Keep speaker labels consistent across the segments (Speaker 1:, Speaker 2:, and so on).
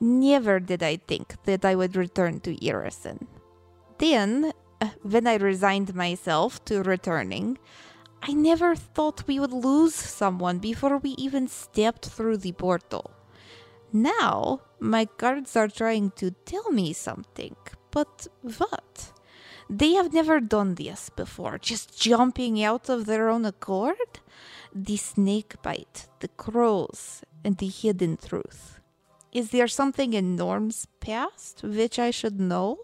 Speaker 1: Never did I think that I would return to Irison. Then, uh, when I resigned myself to returning, I never thought we would lose someone before we even stepped through the portal. Now, my guards are trying to tell me something, but what? They have never done this before, just jumping out of their own accord? The snake bite, the crows, and the hidden truth. Is there something in Norm's past which I should know?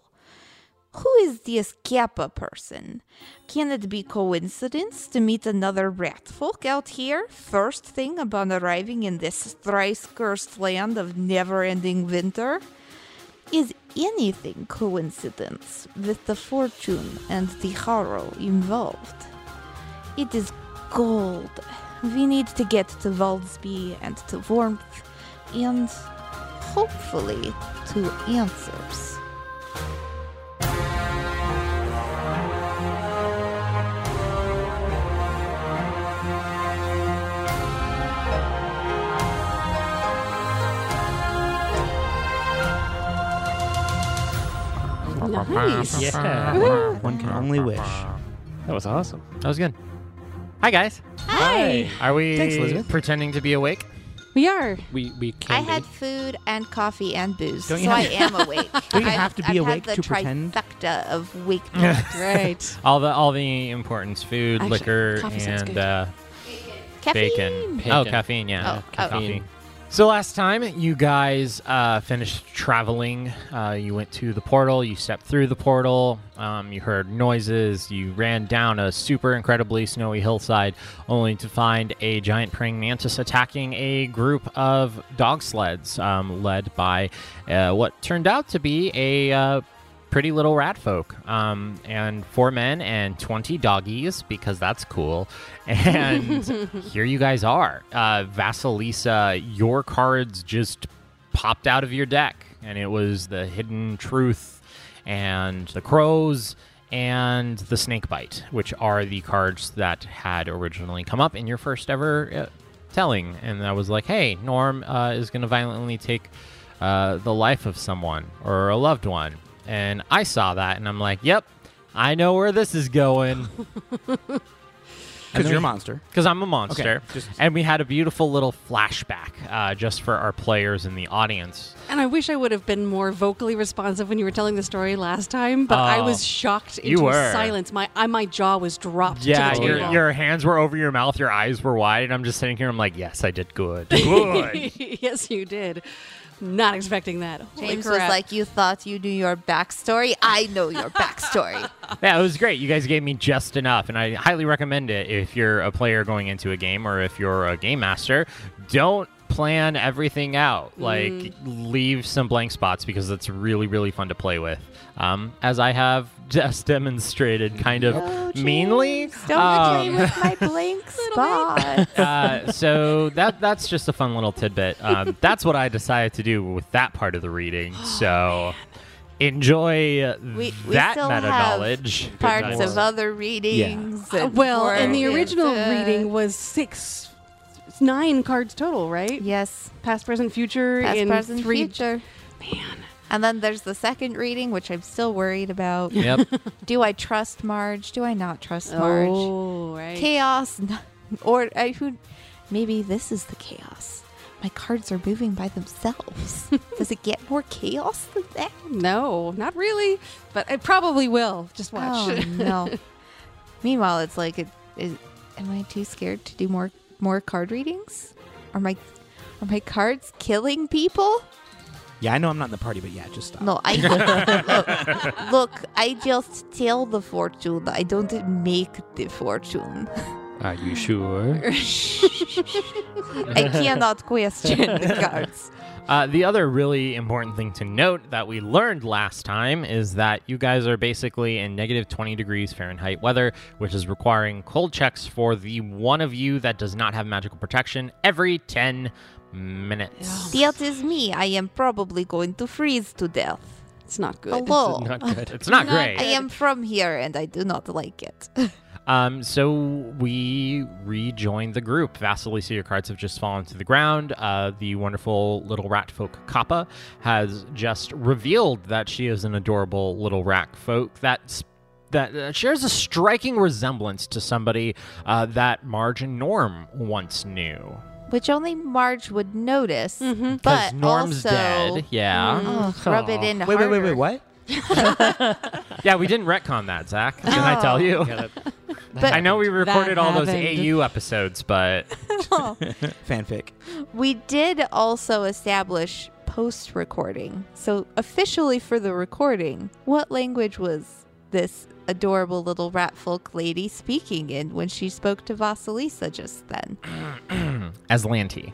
Speaker 1: Who is this Kappa person? Can it be coincidence to meet another rat folk out here first thing upon arriving in this thrice cursed land of never ending winter? Is anything coincidence with the fortune and the horror involved? It is cold. We need to get to Valdsby and to warmth and hopefully to answers.
Speaker 2: Nice.
Speaker 3: Yeah.
Speaker 2: One can only wish.
Speaker 3: That was awesome.
Speaker 4: That was good. Hi guys.
Speaker 2: Hi.
Speaker 4: Are we
Speaker 3: Thanks, Elizabeth.
Speaker 4: pretending to be awake?
Speaker 2: We are.
Speaker 4: We we
Speaker 1: I
Speaker 4: can
Speaker 1: had food and coffee and booze, so
Speaker 3: Don't you
Speaker 1: I
Speaker 3: have-
Speaker 1: am awake.
Speaker 3: Don't you
Speaker 1: I've-
Speaker 3: have to be
Speaker 1: I've had
Speaker 3: awake
Speaker 1: the
Speaker 3: to pretend?
Speaker 1: Trifecta of wakeness.
Speaker 2: Right.
Speaker 4: all the all the importance: food,
Speaker 2: Actually,
Speaker 4: liquor,
Speaker 2: coffee sounds
Speaker 4: and
Speaker 2: good.
Speaker 4: uh, bacon.
Speaker 1: Caffeine.
Speaker 4: Oh,
Speaker 3: Bacon.
Speaker 4: caffeine. Yeah,
Speaker 1: Oh, oh.
Speaker 4: Coffee. So last time you guys uh, finished traveling, uh, you went to the portal. You stepped through the portal. Um, you heard noises. You ran down a super incredibly snowy hillside, only to find a giant praying mantis attacking a group of dog sleds, um, led by uh, what turned out to be a uh, pretty little rat folk um, and four men and 20 doggies because that's cool and here you guys are uh, vasilisa your cards just popped out of your deck and it was the hidden truth and the crows and the snake bite which are the cards that had originally come up in your first ever uh, telling and i was like hey norm uh, is going to violently take uh, the life of someone or a loved one. And I saw that and I'm like, yep, I know where this is going
Speaker 3: Because you're a monster.
Speaker 4: because I'm a monster.
Speaker 3: just-
Speaker 4: And we had a beautiful little flashback uh, just for our players in the audience.
Speaker 2: And I wish I would have been more vocally responsive when you were telling the story last time, but I
Speaker 4: Oh.
Speaker 2: was shocked into
Speaker 4: You were.
Speaker 2: silence. My I, my jaw was dropped.
Speaker 4: Yeah,
Speaker 2: to the
Speaker 4: your,
Speaker 2: table.
Speaker 4: your hands were over your mouth, your eyes were wide, and I'm just sitting here. I'm like, yes, I did good. Good.
Speaker 2: yes, you did. Not expecting that. Holy
Speaker 1: James was
Speaker 2: crap.
Speaker 1: like, You thought you knew your backstory? I know your backstory.
Speaker 4: yeah, it was great. You guys gave me just enough, and I highly recommend it if you're a player going into a game or if you're a game master. Don't plan everything out. Like,
Speaker 1: Mm.
Speaker 4: leave some blank spots because it's really, really fun to play with. Um, as I have just demonstrated, kind of meanly.
Speaker 1: Don't
Speaker 4: Um,
Speaker 1: play with my blank spot.
Speaker 4: uh, so that that's just a fun little tidbit. Um, that's what I decided to do with that part of the reading. So enjoy uh,
Speaker 1: We, we
Speaker 4: that
Speaker 1: still
Speaker 4: meta
Speaker 1: have
Speaker 4: knowledge.
Speaker 1: parts of other readings.
Speaker 2: Uh,
Speaker 1: and
Speaker 2: well, and the
Speaker 1: words
Speaker 2: original
Speaker 1: and, uh,
Speaker 2: reading was six, nine cards total, right?
Speaker 1: Yes.
Speaker 2: Past, present, future
Speaker 1: Past,
Speaker 2: in
Speaker 1: present,
Speaker 2: three.
Speaker 1: future.
Speaker 2: Man,
Speaker 1: And then there's the second reading, which I'm still worried about.
Speaker 4: Yep.
Speaker 1: Do I trust Marge? Do I not trust Marge?
Speaker 2: oh, right.
Speaker 1: Chaos, n- or I, who? Maybe this is the chaos. My cards are moving by themselves. Does it get more chaos than that?
Speaker 2: No, not really, but it probably will. Just watch.
Speaker 1: Oh no! Meanwhile, it's like, it, it, am I too scared to do more more card readings? Are my are my cards killing people?
Speaker 3: Yeah, I know I'm not in the party, but yeah, just stop.
Speaker 1: No, I look, look. I just tell the fortune. I don't make the fortune.
Speaker 3: Are you sure?
Speaker 1: I cannot question the cards.
Speaker 4: Uh, the other really important thing to note that we learned last time is that you guys are basically in negative 20 degrees Fahrenheit weather, which is requiring cold checks for the one of you that does not have magical protection every 10 minutes.
Speaker 1: That is me. I am probably going to freeze to death.
Speaker 2: It's not good.
Speaker 1: Hello.
Speaker 3: Not good.
Speaker 4: It's not
Speaker 2: Not
Speaker 4: great.
Speaker 1: I am from here and I do not like it.
Speaker 4: Uh, Um, so we rejoined the group. Vasily Carts have just fallen to the ground. Uh, the wonderful little rat folk Kappa has just revealed that she is an adorable little rat folk that s- that uh, shares a striking resemblance to somebody uh, that Marge and Norm once knew.
Speaker 1: Which only Marge would notice,
Speaker 4: Because
Speaker 1: but
Speaker 4: Norm's
Speaker 1: also Mm.
Speaker 4: dead. Yeah.
Speaker 1: Ugh, rub it in
Speaker 3: Wait, wait, wait,
Speaker 1: harder.
Speaker 3: wait. What?
Speaker 4: Yeah, we didn't retcon that, Zach. Can I tell you?
Speaker 1: Oh. But-
Speaker 4: I know we recorded all those
Speaker 2: happened.
Speaker 4: AU episodes, but
Speaker 3: Fanfic.
Speaker 1: We did also establish post recording. So, officially for the recording, what language was this adorable little rat folk lady speaking in when she spoke to Vasilisa just then?
Speaker 4: Aslanti.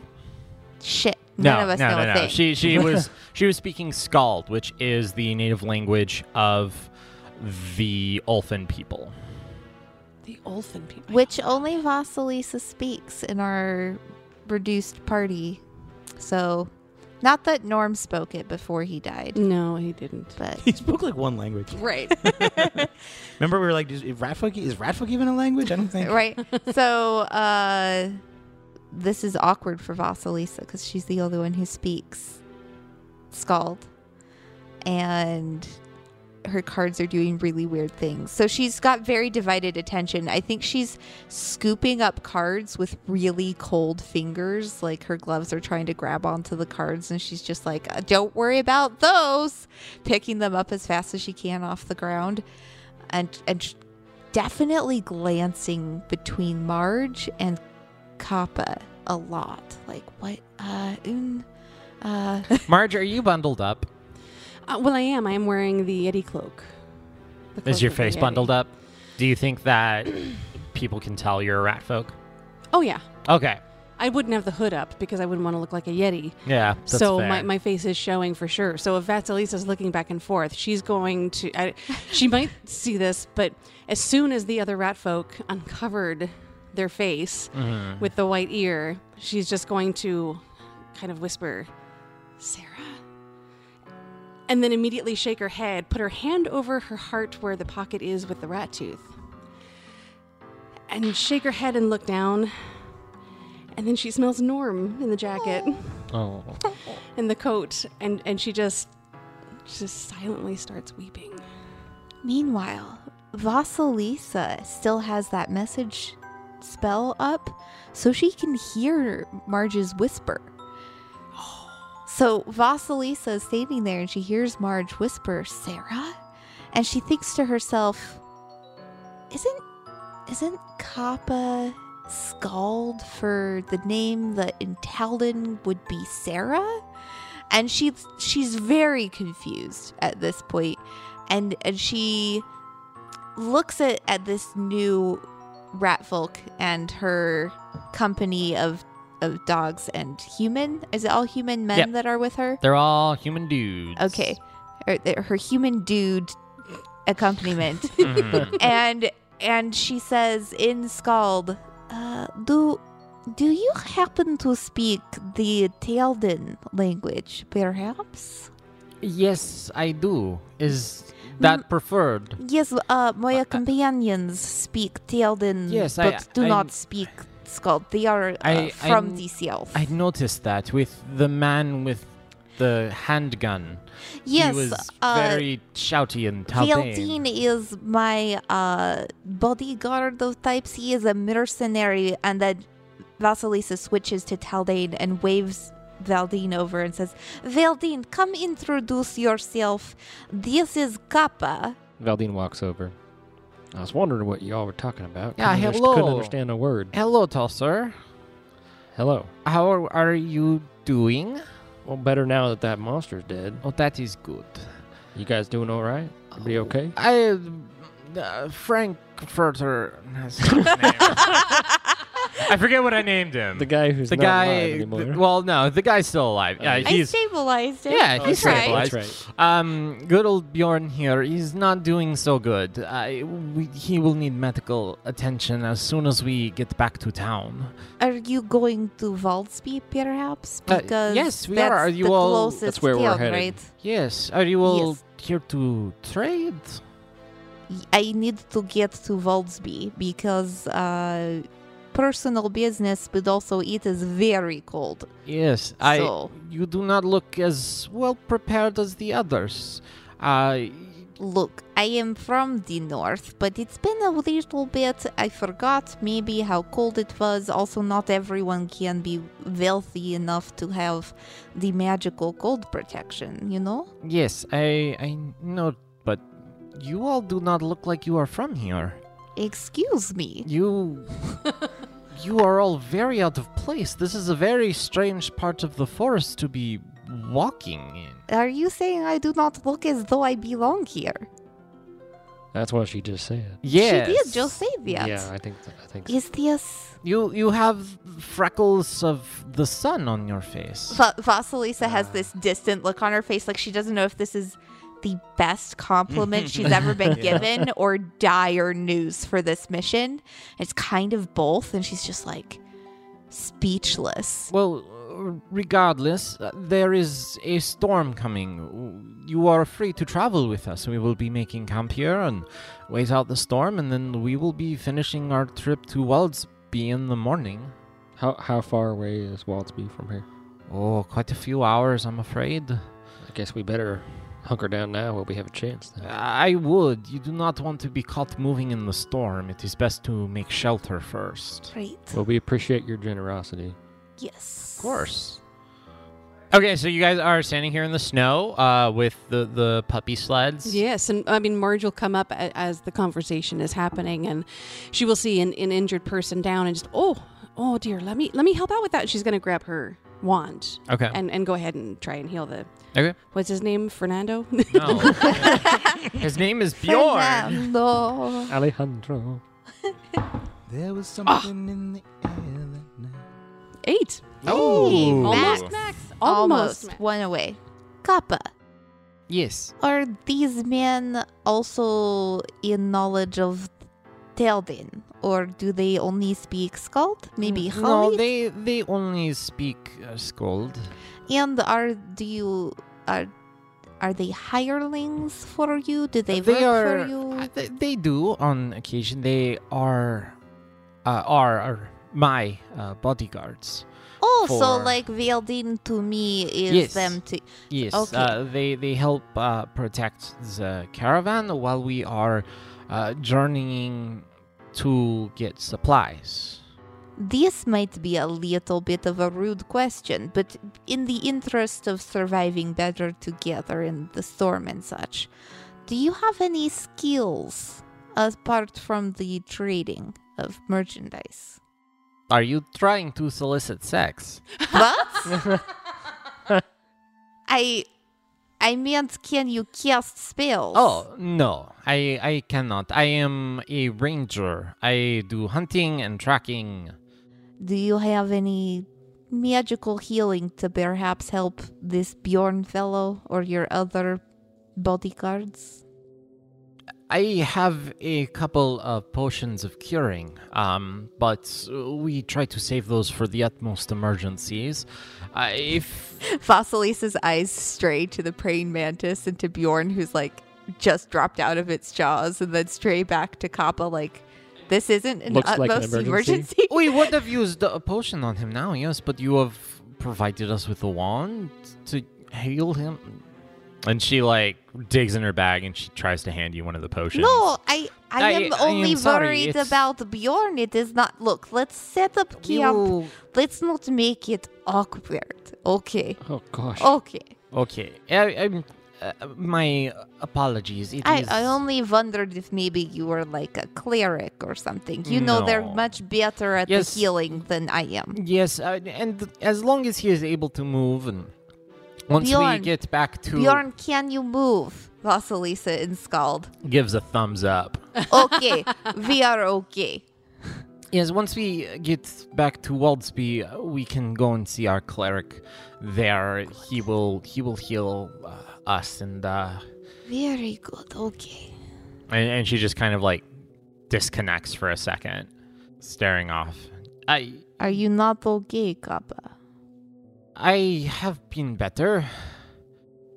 Speaker 1: Shit.
Speaker 4: No,
Speaker 1: None of us
Speaker 4: no,
Speaker 1: know
Speaker 4: no,
Speaker 1: a
Speaker 4: no.
Speaker 1: thing.
Speaker 4: She she was she was speaking Scald, which is the native language of the Ulfin people.
Speaker 2: The Olfin people.
Speaker 1: which only Vasilisa speaks in our reduced party. So, not that Norm spoke it before he died,
Speaker 2: No, he didn't.
Speaker 1: but
Speaker 3: He spoke like one language.
Speaker 2: Right.
Speaker 3: Remember, we were like, is Ratfolk, is Ratfolk even a language? I don't think.
Speaker 1: right. So, uh, this is awkward for Vasilisa because she's the only one who speaks Scald. And her cards are doing really weird things. So she's got very divided attention. I think she's scooping up cards with really cold fingers. Like her gloves are trying to grab onto the cards, and she's just like, "Uh, don't worry about those. Picking them up as fast as she can off the ground. And, and sh- definitely glancing between Marge and Kappa a lot. Like, what? Uh, mm, uh,
Speaker 4: Marge, are you bundled up?
Speaker 2: Uh, well, I am. I am wearing the Yeti cloak. The cloak
Speaker 4: Is your
Speaker 2: of the
Speaker 4: face
Speaker 2: Yeti.
Speaker 4: bundled up? Do you think that people can tell you're a rat folk?
Speaker 2: Oh, yeah.
Speaker 4: Okay.
Speaker 2: I wouldn't have the hood up because I wouldn't want to look like a Yeti.
Speaker 4: Yeah. That's
Speaker 2: so
Speaker 4: fair.
Speaker 2: my, my face is showing for sure. So if Vasilisa's looking back and forth, she's going to. I, she might see this, but as soon as the other rat folk uncovered their face
Speaker 4: Mm-hmm.
Speaker 2: with the white ear, she's just going to kind of whisper, "Sarah," and then immediately shake her head, put her hand over her heart where the pocket is with the rat tooth, and shake her head and look down. And then she smells Norm in the jacket
Speaker 4: oh.
Speaker 2: in the coat and and she just she just silently starts weeping
Speaker 1: Meanwhile, Vasilisa still has that message spell up, so she can hear Marge's whisper. So Vasilisa is standing there and she hears Marge whisper, Sarah? And she thinks to herself, Isn't isn't Kappa scald for the name that in Talden would be Sarah? And she she's very confused at this point and and she looks at, at this new rat folk and her company of of dogs and human is it all human men
Speaker 4: Yep.
Speaker 1: that are with her
Speaker 4: They're all human dudes.
Speaker 1: okay her, her human dude accompaniment
Speaker 4: Mhm.
Speaker 1: and and she says in scald uh, do do you happen to speak the Talden language perhaps
Speaker 4: Yes, I do. Is
Speaker 1: Mm.
Speaker 4: that preferred?
Speaker 1: Yes, uh, my companions speak Talden,
Speaker 4: Yes, I-
Speaker 1: but do
Speaker 4: I-
Speaker 1: not speak Scald. They are uh,
Speaker 4: I-
Speaker 1: from
Speaker 4: I'm-
Speaker 1: the south.
Speaker 4: I noticed that with the man with the handgun.
Speaker 1: yes,
Speaker 4: he was
Speaker 1: uh,
Speaker 4: very shouty and
Speaker 1: Taldin
Speaker 4: talking.
Speaker 1: is my uh, bodyguard of types. He is a mercenary, and then Vasilisa switches to Taldane and waves Valdine over and says, "Valdine, come introduce yourself. This is Kappa."
Speaker 5: Valdine walks over. I was wondering what y'all were talking about.
Speaker 4: Yeah,
Speaker 5: couldn't, underst-
Speaker 4: hello.
Speaker 5: couldn't understand a word.
Speaker 4: Hello, tall sir.
Speaker 5: Hello.
Speaker 4: How are, are you doing?
Speaker 5: Well, better now that that monster's dead.
Speaker 4: Oh, that is good.
Speaker 5: You guys doing all right?
Speaker 4: Oh.
Speaker 5: Everybody okay?
Speaker 4: I, uh, Frankfurter. that's not his name. I forget what I named him.
Speaker 5: The guy who's
Speaker 4: The
Speaker 5: not alive
Speaker 4: guy.
Speaker 5: anymore.
Speaker 4: th- well, no, the guy's still alive. Yeah,
Speaker 5: yeah.
Speaker 1: I
Speaker 4: he's.
Speaker 1: stabilized it.
Speaker 4: Yeah,
Speaker 1: I
Speaker 4: he's
Speaker 1: tried.
Speaker 4: stabilized.
Speaker 5: That's right.
Speaker 4: Um, good old Bjorn here. He's not doing so good. I, we, he will need medical attention as soon as we get back to town.
Speaker 1: Are you going to Valdsby, perhaps?
Speaker 4: Uh,
Speaker 1: Because
Speaker 4: yes, we
Speaker 1: that's
Speaker 4: are. Are you
Speaker 1: the
Speaker 4: all-
Speaker 1: closest
Speaker 5: That's where we're
Speaker 1: town,
Speaker 5: headed.
Speaker 1: right?
Speaker 4: Yes, are you all
Speaker 1: Yes.
Speaker 4: here to trade?
Speaker 1: I need to get to Voldsby because uh, personal business, but also it is very cold.
Speaker 4: Yes, I.
Speaker 1: So-
Speaker 4: You do not look as well prepared as the others. Uh,
Speaker 1: Look, I am from the north, but it's been a little bit. I forgot maybe how cold it was. Also, not everyone can be wealthy enough to have the magical cold protection, you know?
Speaker 4: yes, I. I know, but you all do not look like you are from here.
Speaker 1: Excuse me.
Speaker 4: You. you are all very out of place. This is a very strange part of the forest to be walking in.
Speaker 1: Are you saying I do not look as though I belong here?
Speaker 5: That's what she just said.
Speaker 4: Yes.
Speaker 1: She did just say that.
Speaker 5: Yeah, I think th- I think so.
Speaker 1: Is this
Speaker 4: You you have freckles of the sun on your face.
Speaker 1: Va- Vasilisa
Speaker 4: Ah.
Speaker 1: has this distant look on her face, like she doesn't know if this is the best compliment she's ever been given or dire news for this mission. It's kind of both, and she's just like speechless.
Speaker 4: Well, uh, regardless, uh, there is a storm coming. You are free to travel with us. We will be making camp here and wait out the storm, and then we will be finishing our trip to Waldsby in the morning.
Speaker 5: How how far away is Waldsby from here?
Speaker 4: Oh, quite a few hours, I'm afraid.
Speaker 5: I guess we better hunker down now while we have a chance. Then.
Speaker 4: I would. You do not want to be caught moving in the storm. It is best to make shelter first.
Speaker 1: Right.
Speaker 5: Well, we appreciate your generosity.
Speaker 1: Yes.
Speaker 4: Of course. Okay, so you guys are standing here in the snow uh, with the, the puppy sleds.
Speaker 2: Yes, and I mean Marge will come up a- as the conversation is happening, and she will see an, an injured person down, and just oh, oh dear, let me let me help out with that. She's gonna grab her wand
Speaker 4: Okay.
Speaker 2: and and go ahead and try and heal the
Speaker 4: okay.
Speaker 2: what's his name Fernando.
Speaker 4: No. His name is Bjorn.
Speaker 1: No.
Speaker 5: Alejandro.
Speaker 3: There was
Speaker 1: Ah!
Speaker 3: something in the air that night.
Speaker 2: Eight,
Speaker 4: Oh.
Speaker 2: almost
Speaker 1: Max.
Speaker 2: max, almost.
Speaker 1: Almost, one away. Kappa.
Speaker 4: Yes.
Speaker 1: Are these men also in knowledge of Teldin, or do they only speak Skald? Maybe
Speaker 4: No,
Speaker 1: Hali?
Speaker 4: Mm, they they only speak uh, scold.
Speaker 1: And are do you are are they hirelings for you? Do they, work
Speaker 4: are.
Speaker 1: for you?
Speaker 4: uh, they, they do on occasion. They are, uh, are, are my uh, bodyguards.
Speaker 1: oh, so
Speaker 4: for-
Speaker 1: like Veldin to me is
Speaker 4: Yes.
Speaker 1: them to
Speaker 4: Yes,
Speaker 1: Okay.
Speaker 4: uh, they they help uh, protect the caravan while we are uh, journeying to get supplies.
Speaker 1: This might be a little bit of a rude question, but in the interest of surviving better together in the storm and such, do you have any skills apart from the trading of merchandise?
Speaker 4: Are you trying to solicit sex?
Speaker 1: What? I I meant can you cast spells?
Speaker 4: Oh no, I I cannot. I am a ranger. I do hunting and tracking.
Speaker 1: Do you have any magical healing to perhaps help this Bjorn fellow or your other bodyguards?
Speaker 4: I have a couple of potions of curing, um, but we try to save those for the utmost emergencies. Uh, if
Speaker 1: Fossilisa's eyes stray to the praying mantis and to Bjorn, who's like just dropped out of its jaws, and then stray back to Kappa, like, this isn't an
Speaker 5: Looks like an
Speaker 1: utmost
Speaker 5: emergency."
Speaker 1: emergency.
Speaker 4: we would have used a potion on him now, yes, but you have provided us with a wand to heal him. And she like digs in her bag and she tries to hand you one of the potions.
Speaker 1: No, I, I,
Speaker 4: I-
Speaker 1: am
Speaker 4: I am
Speaker 1: only
Speaker 4: sorry,
Speaker 1: worried
Speaker 4: it's-
Speaker 1: about Bjorn. It is not. Look, let's set up
Speaker 4: We
Speaker 1: camp.
Speaker 4: will-
Speaker 1: Let's not make it awkward. Okay.
Speaker 5: Oh gosh.
Speaker 1: Okay.
Speaker 4: Okay, I, I'm. Uh, my apologies. It
Speaker 1: I,
Speaker 4: is-
Speaker 1: I only wondered if maybe you were like a cleric or something. You know, they're
Speaker 4: No.
Speaker 1: much better at
Speaker 4: Yes.
Speaker 1: the healing than I am.
Speaker 4: Yes, uh, and as long as he is able to move, and once we
Speaker 1: Bjorn.
Speaker 4: get back to
Speaker 1: Bjorn, can you move? Vasilisa in Scald.
Speaker 4: gives a thumbs up.
Speaker 1: Okay, we are okay.
Speaker 4: Yes, once we get back to Waldsby, uh, we can go and see our cleric there. He will he will heal uh, us and uh
Speaker 1: Very good, okay.
Speaker 4: and, and she just kind of like disconnects for a second, staring off. I
Speaker 1: Are you not okay, Kappa?
Speaker 4: I have been better.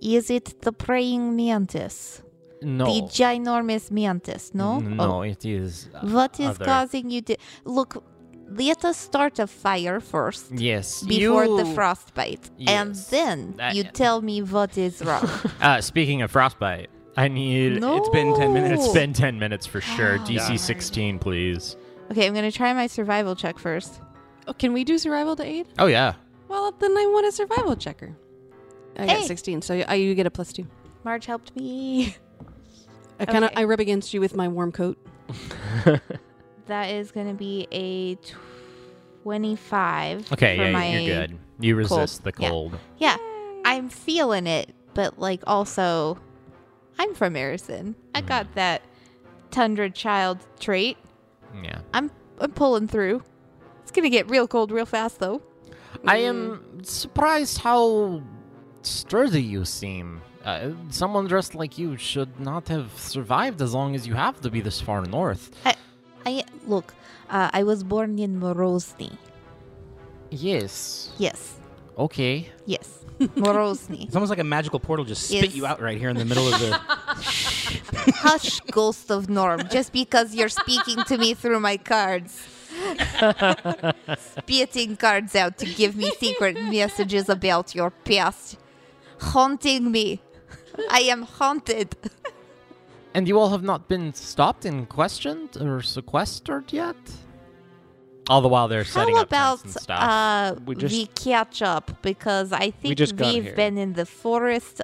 Speaker 1: Is it the praying mantis?
Speaker 4: No.
Speaker 1: The ginormous mantis, no?
Speaker 4: No,
Speaker 1: Oh.
Speaker 4: it is. uh,
Speaker 1: What is
Speaker 4: other.
Speaker 1: causing you to. Look, let us start a fire first
Speaker 4: Yes.
Speaker 1: before the
Speaker 4: you-
Speaker 1: frostbite. And
Speaker 4: Yes.
Speaker 1: then
Speaker 4: That-
Speaker 1: you tell me what is wrong.
Speaker 4: Uh, speaking of frostbite, I need.
Speaker 1: no.
Speaker 3: it's been 10 minutes.
Speaker 4: It's been 10 minutes for sure.
Speaker 1: Oh,
Speaker 4: DC
Speaker 1: darn.
Speaker 4: 16, please.
Speaker 1: Okay, I'm going to try my survival check first.
Speaker 2: Oh, can we do survival to aid?
Speaker 4: Oh, yeah.
Speaker 2: Well, then I want a survival checker. I got
Speaker 1: Hey.
Speaker 2: 16, so I, you get a plus two.
Speaker 1: Marge helped me.
Speaker 2: I kind of
Speaker 1: Okay.
Speaker 2: I rub against you with my warm coat.
Speaker 1: That is going to be a 25.
Speaker 4: Okay,
Speaker 1: for
Speaker 4: yeah,
Speaker 1: my-
Speaker 4: you're good. You resist the
Speaker 1: Yeah.
Speaker 4: cold.
Speaker 1: Yeah, I'm feeling it, but like also, I'm from Harrison.
Speaker 4: Hmm.
Speaker 1: I got that tundra child trait.
Speaker 4: Yeah.
Speaker 1: I'm I'm pulling through. It's gonna get real cold real fast though.
Speaker 4: I
Speaker 1: Mm.
Speaker 4: am surprised how sturdy you seem. Uh, someone dressed like you should not have survived as long as you have to be this far north.
Speaker 1: I look. Uh, I was born in Morozny.
Speaker 4: Yes.
Speaker 1: Yes,
Speaker 4: Okay.
Speaker 1: yes, Morozny.
Speaker 3: It's almost like a magical portal just spit
Speaker 1: Yes.
Speaker 3: you out right here in the middle of the.
Speaker 1: Hush, ghost of Norm. Just because you're speaking to me through my cards. Spitting cards out to give me secret messages about your past. Haunting me. I am haunted.
Speaker 4: And you all have not been stopped and questioned or sequestered yet? All the while they're setting
Speaker 1: How
Speaker 4: up tents
Speaker 1: about
Speaker 4: and stuff.
Speaker 1: uh,
Speaker 5: We
Speaker 1: we,
Speaker 5: just-
Speaker 1: catch up because I think
Speaker 5: just got
Speaker 1: we've
Speaker 5: here.
Speaker 1: been in the forest.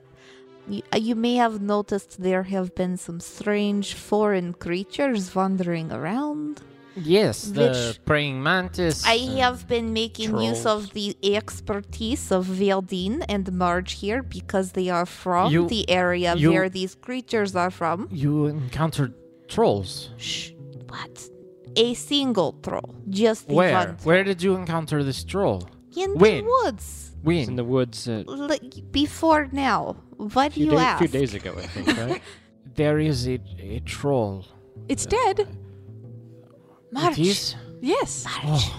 Speaker 1: You, uh, you may have noticed there have been some strange foreign creatures wandering around.
Speaker 4: yes, the
Speaker 1: which-
Speaker 4: praying mantis.
Speaker 1: I uh,
Speaker 4: and-
Speaker 1: have been making use
Speaker 5: trolls.
Speaker 1: of the expertise of Veldine and Marge here because they are from
Speaker 4: You-
Speaker 1: the area
Speaker 4: you-
Speaker 1: where these creatures are from.
Speaker 4: You encountered trolls.
Speaker 1: Shh, what? A single troll, just the
Speaker 4: Where?
Speaker 1: one
Speaker 4: Where did you encounter this troll?
Speaker 1: in
Speaker 4: When?
Speaker 1: the woods.
Speaker 5: It's in
Speaker 4: When?
Speaker 5: the woods uh,
Speaker 1: like before now. Why do
Speaker 5: few
Speaker 1: you
Speaker 5: day-
Speaker 1: ask?
Speaker 5: few days ago, I think, right?
Speaker 4: There is a, a troll.
Speaker 2: It's dead.
Speaker 1: March,
Speaker 4: It is?
Speaker 2: Yes,
Speaker 1: March,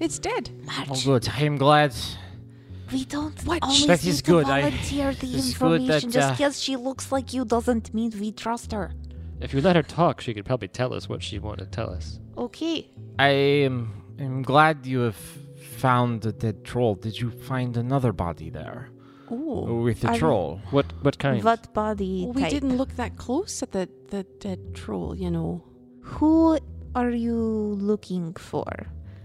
Speaker 2: it's dead.
Speaker 4: Oh,
Speaker 1: March.
Speaker 4: good. I am glad.
Speaker 1: We don't
Speaker 2: What?
Speaker 1: always
Speaker 4: That
Speaker 1: need
Speaker 4: is
Speaker 1: to
Speaker 4: good. I-
Speaker 1: volunteer the
Speaker 4: it's good
Speaker 1: information.
Speaker 4: that,
Speaker 1: Just
Speaker 4: uh,
Speaker 1: because she looks like you doesn't mean we trust her.
Speaker 5: If you let her talk, she could probably tell us what she wanted to tell us.
Speaker 1: Okay.
Speaker 4: I am am glad you have found a dead troll. Did you find another body there
Speaker 1: Ooh.
Speaker 4: with the
Speaker 1: I-
Speaker 4: troll?
Speaker 5: What what kind?
Speaker 1: What body
Speaker 2: Well, we
Speaker 1: type?
Speaker 2: didn't look that close at the, the dead troll, you know.
Speaker 1: Who are you looking for?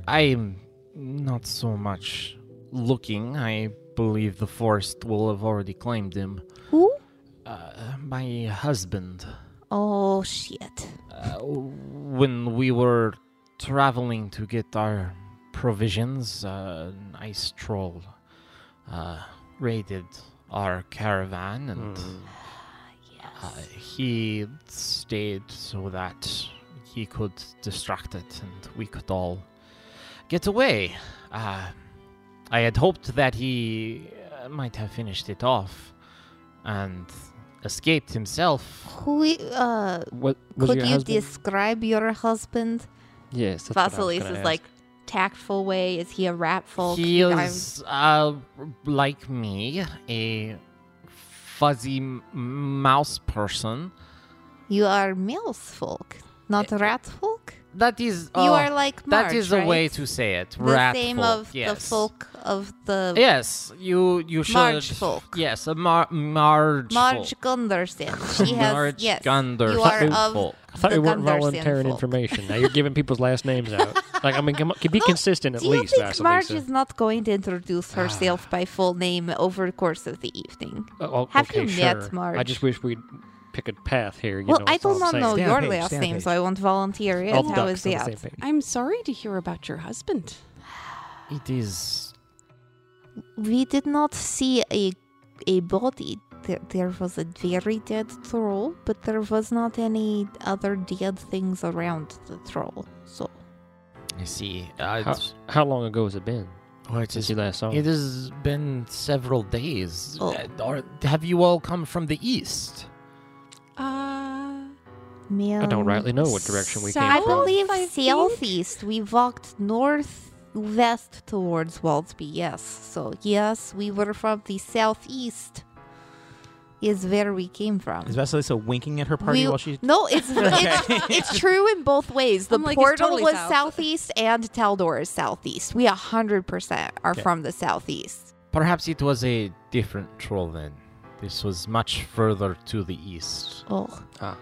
Speaker 4: I'm not so much looking. I believe the forest will have already claimed him.
Speaker 1: Who?
Speaker 4: Uh, my husband.
Speaker 1: Oh shit.
Speaker 4: Uh, when we were traveling to get our provisions, uh, an ice troll uh, raided our caravan,
Speaker 5: Mm-hmm.
Speaker 4: and
Speaker 1: Hmm.
Speaker 4: uh, he stayed so that he could distract it and we could all get away. Uh, I had hoped that he uh, might have finished it off and escaped himself.
Speaker 1: Who? i- Uh,
Speaker 5: What was
Speaker 1: could
Speaker 5: your
Speaker 1: you
Speaker 5: husband?
Speaker 1: describe your husband?
Speaker 5: Yes, that's what I was
Speaker 1: Vasilis
Speaker 5: gonna
Speaker 1: is
Speaker 5: ask.
Speaker 1: like tactful way. Is he a rat folk?
Speaker 4: He
Speaker 1: I'm-
Speaker 4: is, uh, like me, a fuzzy m- mouse person.
Speaker 1: You are mouse folk, not rat folk.
Speaker 4: That is. Uh,
Speaker 1: you are like Marge,
Speaker 4: that is
Speaker 1: right?
Speaker 4: a way to say it.
Speaker 1: the
Speaker 4: Rat
Speaker 1: same
Speaker 4: folk,
Speaker 1: of
Speaker 4: yes.
Speaker 1: the folk of the
Speaker 4: Yes, you you should.
Speaker 1: Marge folk.
Speaker 4: Yes, a mar- Marge.
Speaker 1: Marge
Speaker 4: folk.
Speaker 1: Gunderson. She has
Speaker 4: Marge
Speaker 1: yes.
Speaker 4: Gunderson
Speaker 1: You are of
Speaker 4: folk.
Speaker 5: I thought
Speaker 1: the
Speaker 5: we weren't
Speaker 1: Gunderson
Speaker 5: volunteering
Speaker 1: folk.
Speaker 5: information. Now you're giving people's last names out. Like, I mean, come on, be consistent at
Speaker 1: Do you
Speaker 5: least, uh, Ah.
Speaker 1: think
Speaker 5: Vasilisa.
Speaker 1: Marge is not going to introduce herself by full name over the course of the evening?
Speaker 5: Oh,
Speaker 1: Have
Speaker 5: okay,
Speaker 1: you
Speaker 5: sure.
Speaker 1: met Marge?
Speaker 5: I just wish we'd pick a path here. You
Speaker 1: well,
Speaker 5: know,
Speaker 1: I
Speaker 5: it's all
Speaker 1: do
Speaker 5: the
Speaker 1: not
Speaker 5: same.
Speaker 1: know
Speaker 3: Stay on
Speaker 1: your
Speaker 3: page,
Speaker 1: last
Speaker 3: stay on
Speaker 1: name, so
Speaker 3: page.
Speaker 1: I won't volunteer it.
Speaker 5: All
Speaker 1: How
Speaker 5: ducks
Speaker 1: is
Speaker 5: on the same
Speaker 1: that?
Speaker 5: page.
Speaker 2: I'm sorry to hear about your husband.
Speaker 4: It is.
Speaker 1: We did not see a a body. There, there was a very dead troll, but there was not any other dead things around the troll. So
Speaker 4: I see. Uh,
Speaker 5: How,
Speaker 4: it's-
Speaker 5: how long ago has it been
Speaker 4: oh, it
Speaker 5: since
Speaker 4: is.
Speaker 5: you last saw
Speaker 4: It
Speaker 5: him?
Speaker 4: has been several days.
Speaker 1: Oh.
Speaker 4: Uh, Are, have you all come from the east?
Speaker 2: Uh,
Speaker 5: I
Speaker 1: Um,
Speaker 5: don't rightly know what direction we
Speaker 1: I
Speaker 5: came
Speaker 2: south?
Speaker 5: from.
Speaker 1: believe
Speaker 2: I think.
Speaker 1: southeast. We walked northwest towards Waldsby, yes. So, yes, we were from the southeast. is where we came from.
Speaker 3: Is Vasilisa winking at her party
Speaker 1: We-
Speaker 3: while she?
Speaker 1: No, it's it's, it's true in both ways. The
Speaker 2: I'm like, it's
Speaker 1: portal
Speaker 2: totally
Speaker 1: was
Speaker 2: south.
Speaker 1: southeast, and Taldor is southeast. We hundred percent are
Speaker 3: Okay.
Speaker 1: from the southeast.
Speaker 4: Perhaps it was a different troll then. This was much further to the east.
Speaker 1: Oh,
Speaker 5: Ah.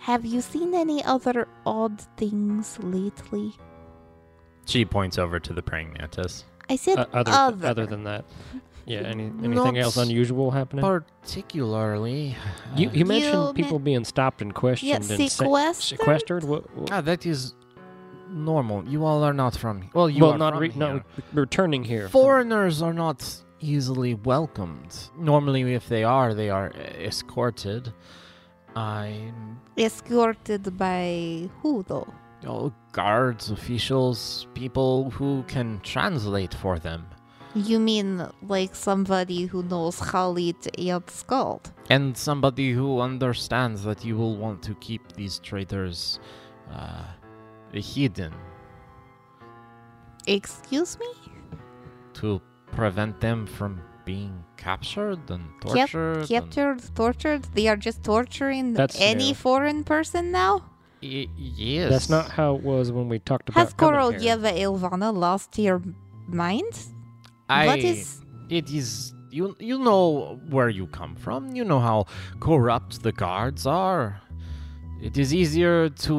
Speaker 1: have you seen any other odd things lately?
Speaker 4: She points over to the praying mantis.
Speaker 1: I said
Speaker 5: O-
Speaker 1: other,
Speaker 5: Uh, other, other than that. Yeah, any, anything
Speaker 4: Not
Speaker 5: else unusual happening?
Speaker 4: Particularly,
Speaker 5: you, you mentioned
Speaker 1: You
Speaker 5: people being stopped and questioned
Speaker 1: Yeah,
Speaker 5: and se-
Speaker 1: sequestered?
Speaker 5: sequestered? What, what-
Speaker 4: ah, that is normal. You all are not from. Well, you
Speaker 5: well,
Speaker 4: are
Speaker 5: not,
Speaker 4: from
Speaker 5: re-
Speaker 4: here.
Speaker 5: not re- returning here.
Speaker 4: Foreigners are not easily welcomed. Normally, if they are, they are escorted. I,
Speaker 1: escorted by who though?
Speaker 4: oh, guards, officials, people who can translate for them,
Speaker 1: You mean like somebody who knows Khalid and Skald?
Speaker 4: and somebody who understands that you will want to keep these traitors uh, hidden
Speaker 1: Excuse me?
Speaker 4: to prevent them from being captured and
Speaker 1: Cap-
Speaker 4: tortured. and-
Speaker 1: Captured, tortured? They are just torturing
Speaker 5: That's
Speaker 1: any
Speaker 5: new.
Speaker 1: foreign person now?
Speaker 4: Y- yes,
Speaker 5: That's not how it was when we talked about.
Speaker 1: Has Coral
Speaker 5: coming here.
Speaker 1: Yeva Ilvana lost her mind?
Speaker 4: I,
Speaker 1: What is.
Speaker 4: It is you. You know where you come from. You know how corrupt the guards are. It is easier to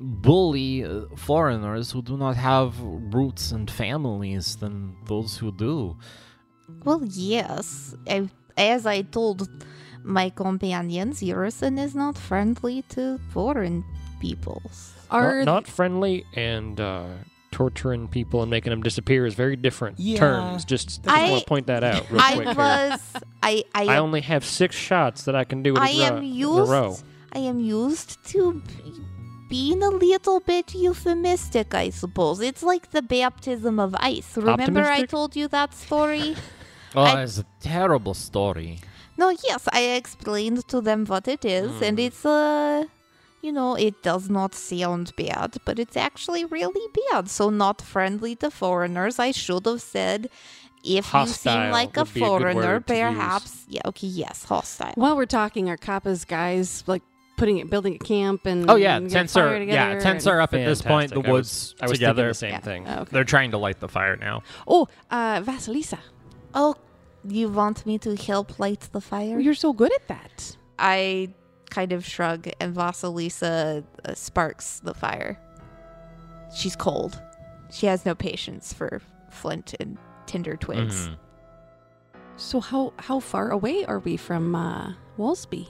Speaker 4: bully uh, foreigners who do not have roots and families than those who do.
Speaker 1: Well, yes. I, as I told my companions, Eurison is not friendly to foreign peoples.
Speaker 2: Are
Speaker 5: not, not friendly and uh, torturing people and making them disappear is very different
Speaker 3: Yeah.
Speaker 5: terms. Just,
Speaker 1: I-
Speaker 5: want to point that out real
Speaker 1: I
Speaker 5: quick. here.
Speaker 1: was. I. I,
Speaker 5: I only have six shots that I can do in a,
Speaker 1: I am
Speaker 5: row- in a
Speaker 1: used.
Speaker 5: row.
Speaker 1: I am used to b- being a little bit euphemistic, I suppose. It's like the baptism of ice. Remember, I
Speaker 5: Optimistic?
Speaker 1: told you that story.
Speaker 4: Oh,
Speaker 1: I-
Speaker 4: it's a terrible story.
Speaker 1: no, yes, I explained to them what it is,
Speaker 5: Hmm.
Speaker 1: and it's Uh, you know, it does not sound bad, but it's actually really bad. So, not friendly to foreigners. I should have said, if you seem
Speaker 5: Hostile
Speaker 1: like a
Speaker 5: would be a good
Speaker 1: foreigner,
Speaker 5: word to use.
Speaker 1: perhaps. Yeah, okay, yes, hostile.
Speaker 2: while we're talking, are Kappa's guys like putting it, building a camp, and
Speaker 4: Oh
Speaker 1: Mm,
Speaker 4: yeah,
Speaker 2: getting
Speaker 4: tents
Speaker 2: fire
Speaker 4: are yeah
Speaker 2: together
Speaker 4: tents
Speaker 2: and-
Speaker 4: are up at this point. The
Speaker 5: Fantastic. I
Speaker 4: woods
Speaker 5: was, I was thinking
Speaker 4: together.
Speaker 5: the same
Speaker 1: Yeah.
Speaker 5: thing.
Speaker 2: Oh, okay.
Speaker 4: They're trying to light the fire now.
Speaker 2: Oh, uh, Vasilisa,
Speaker 1: Oh, you want me to help light the fire?
Speaker 2: you're so good at that.
Speaker 1: I kind of shrug, and Vasilisa uh, sparks the fire. She's cold. She has no patience for Flint and tinder twigs.
Speaker 4: Mhm.
Speaker 2: So how how far away are we from uh, Walsby?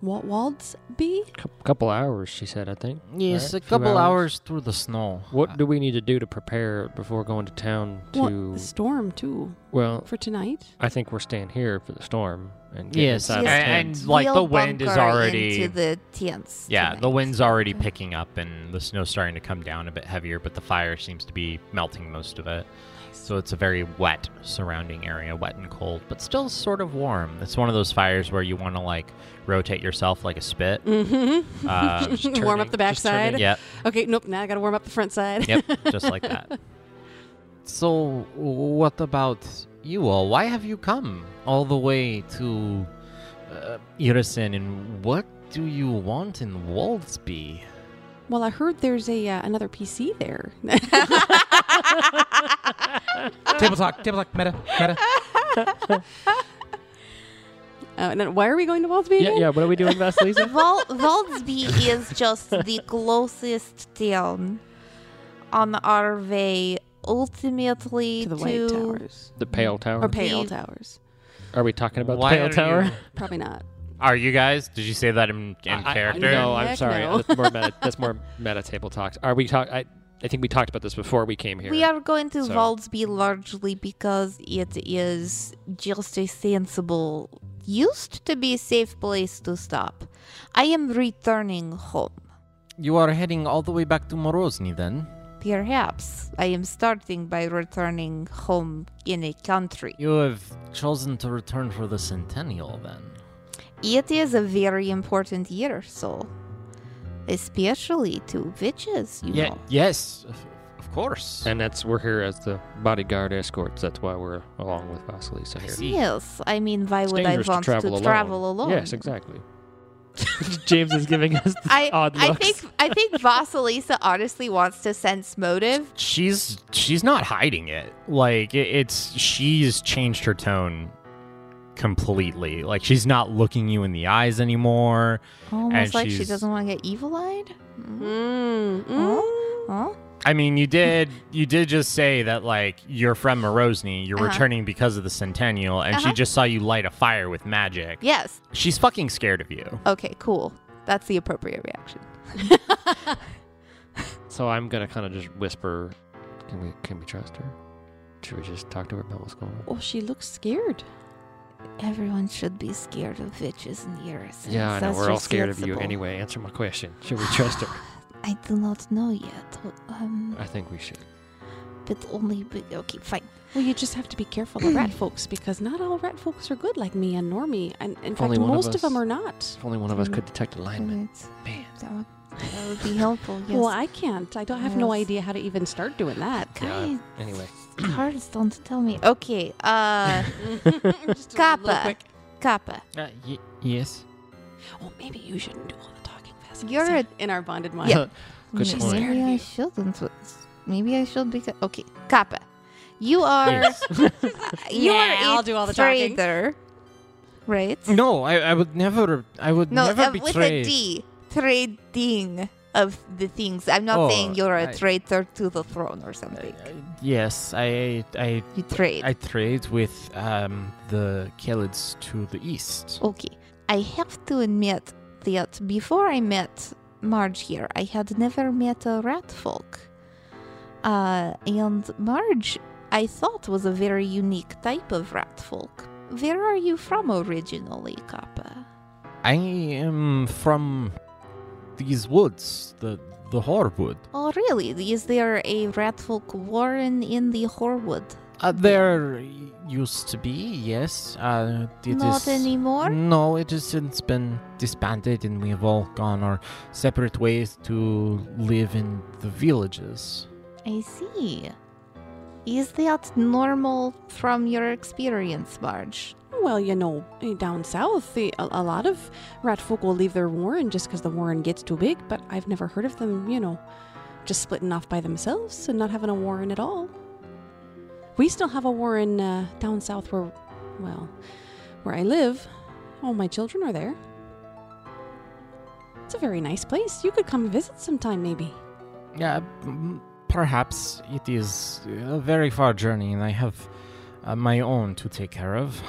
Speaker 2: Wa- Waldsby?
Speaker 5: Cou- couple hours, she said, I think.
Speaker 4: Yes,
Speaker 5: Right?
Speaker 4: a
Speaker 5: Few
Speaker 4: couple
Speaker 5: hours.
Speaker 4: hours. through the snow.
Speaker 5: What do we need to do to prepare before going to town
Speaker 2: What,
Speaker 5: to.
Speaker 2: the storm too
Speaker 5: Well,
Speaker 2: for tonight?
Speaker 5: I think we're staying here for the storm and getting
Speaker 4: Yes,
Speaker 5: inside
Speaker 4: and,
Speaker 5: the
Speaker 1: Yes.
Speaker 5: tent.
Speaker 4: and, like the
Speaker 1: We'll
Speaker 4: wind is
Speaker 1: bunker
Speaker 4: already
Speaker 1: into the tents.
Speaker 4: yeah, the
Speaker 1: tonight.
Speaker 4: wind's already picking up and the snow's starting to come down a bit heavier, but the fire seems to be melting most of it. So it's a very wet surrounding area, wet and cold, but still sort of warm. It's one of those fires where you want to like rotate yourself like a spit.
Speaker 2: Mm-hmm.
Speaker 4: Uh,
Speaker 2: warm up the backside.
Speaker 4: yep,
Speaker 2: Okay, nope. Now I got to warm up the front side.
Speaker 4: yep, just like that. So, what about you all? Why have you come all the way to uh, Irisen, and what do you want in Waldsby?
Speaker 2: Well, I heard there's a uh, another PC there. Uh,
Speaker 3: table talk. Table talk. Meta. Meta.
Speaker 2: uh, no, why are we going to Walsby?
Speaker 5: Yeah,
Speaker 2: again?
Speaker 5: yeah. What are we doing, Vasilisa?
Speaker 1: Val- Valdsby is just the closest town on our way, ultimately
Speaker 2: To the White Towers
Speaker 5: the Pale Tower.
Speaker 2: or Pale
Speaker 1: The-
Speaker 2: Towers?
Speaker 5: are we talking about
Speaker 4: Why
Speaker 5: the
Speaker 4: are
Speaker 5: Pale Tower?
Speaker 4: you-
Speaker 2: Probably not.
Speaker 4: Are you guys? Did you say that in, in
Speaker 5: I- I-
Speaker 4: character?
Speaker 5: no, I'm
Speaker 2: Heck
Speaker 5: sorry.
Speaker 2: no.
Speaker 5: That's more meta. That's more meta table talks. Are we talk? I, I think we talked about this before we came here.
Speaker 1: We are going to
Speaker 5: So-
Speaker 1: Valdsby largely because it is just a sensible, used to be safe place to stop. I am returning home.
Speaker 4: You are heading all the way back to Morozny then.
Speaker 1: Perhaps I am starting by returning home in a country.
Speaker 4: You have chosen to return for the centennial then.
Speaker 1: It is a very important year, so especially to witches, you
Speaker 4: Ye-
Speaker 1: know.
Speaker 4: yes, of- of course.
Speaker 5: And that's we're here as the bodyguard escorts. That's why we're along with Vasilisa here.
Speaker 4: see.
Speaker 1: Yes, I mean, why
Speaker 5: It's
Speaker 1: would I
Speaker 5: dangerous
Speaker 1: want to travel, alone.
Speaker 5: Yes, exactly. James is giving us the
Speaker 1: I,
Speaker 5: odd
Speaker 1: I
Speaker 5: looks.
Speaker 1: think I think Vasilisa honestly wants to sense motive.
Speaker 4: she's she's not hiding it. Like it, it's she's changed her tone completely. Like she's not looking you in the eyes anymore.
Speaker 1: Almost like she
Speaker 4: she's-
Speaker 1: doesn't want to get evil eyed.
Speaker 2: Mm, mm.
Speaker 1: Huh?
Speaker 4: I mean, you did you did just say that like you're from Morozny, you're
Speaker 1: Uh-huh.
Speaker 4: returning because of the centennial, and
Speaker 1: Uh-huh.
Speaker 4: she just saw you light a fire with magic.
Speaker 1: Yes.
Speaker 4: She's fucking scared of you.
Speaker 1: Okay, cool. That's the appropriate reaction.
Speaker 5: so. I'm gonna kind of just whisper, "Can we can we trust her? Should we just talk to her about what's going on?"
Speaker 2: Oh, she looks scared.
Speaker 1: Everyone should be scared of witches and Eurus.
Speaker 5: Yeah, I know we're all scared of you anyway. Answer my question. Should we trust her?
Speaker 1: I do not know yet. Um,
Speaker 5: I think we should.
Speaker 1: but only. But okay, fine.
Speaker 2: Well, you just have to be careful of rat folks because not all rat folks are good like me and Normie. And in fact,
Speaker 5: Only one of
Speaker 2: most of,
Speaker 5: us.
Speaker 2: them are not.
Speaker 5: If only one of us could detect alignment. Man.
Speaker 1: That would, that would be helpful. Yes.
Speaker 2: Well, I can't. I don't have no
Speaker 1: Yes.
Speaker 2: idea how to even start doing that.
Speaker 1: Guy,
Speaker 5: Anyway,
Speaker 1: cards don't tell me. Okay. Uh, Kappa. Kappa.
Speaker 4: Uh, y- yes.
Speaker 2: Well, maybe you shouldn't do all the talking, Vasilisa.
Speaker 1: You're a-
Speaker 2: in our bonded mind.
Speaker 1: Yeah.
Speaker 5: Good
Speaker 1: maybe
Speaker 5: point.
Speaker 2: Scared of
Speaker 1: I
Speaker 2: you.
Speaker 1: shouldn't. but Maybe I should be. Okay, Kappa. You are. you are.
Speaker 2: Nah, I'll
Speaker 1: a
Speaker 2: do all the talking.
Speaker 1: traitor, right?
Speaker 4: No, I, I would never. I would
Speaker 1: No, uh, with a D. Trading of the things. I'm not
Speaker 4: Oh,
Speaker 1: saying you're a
Speaker 4: I-
Speaker 1: traitor to the throne or something.
Speaker 4: Uh, Yes, I, I,
Speaker 1: You trade.
Speaker 4: I trade with um, the Kelids to the east.
Speaker 1: okay. I have to admit that before I met Marge here, I had never met a rat folk. Uh, and Marge, I thought, was a very unique type of rat folk. Where are you from originally, Kappa?
Speaker 4: I am from these woods, the the Horwood.
Speaker 1: Oh, really? Is there a rat folk warren in the Horwood?
Speaker 4: Uh, there used to be, yes. Uh, it
Speaker 1: Not
Speaker 4: is- Mm.
Speaker 1: anymore?
Speaker 4: No, it has since been disbanded, and we have all gone our separate ways to live in the villages.
Speaker 1: I see. Is that normal from your experience, Marge?
Speaker 2: Well, you know, eh, down south, the, a, a lot of rat folk will leave their warren just because the warren gets too big, but I've never heard of them, you know, just splitting off by themselves and not having a warren at all. We still have a warren uh, down south where, well, where I live. All my children are there. It's a very nice place. You could come visit sometime, maybe.
Speaker 4: Yeah, m- perhaps it is a very far journey, and I have uh, my own to take care of.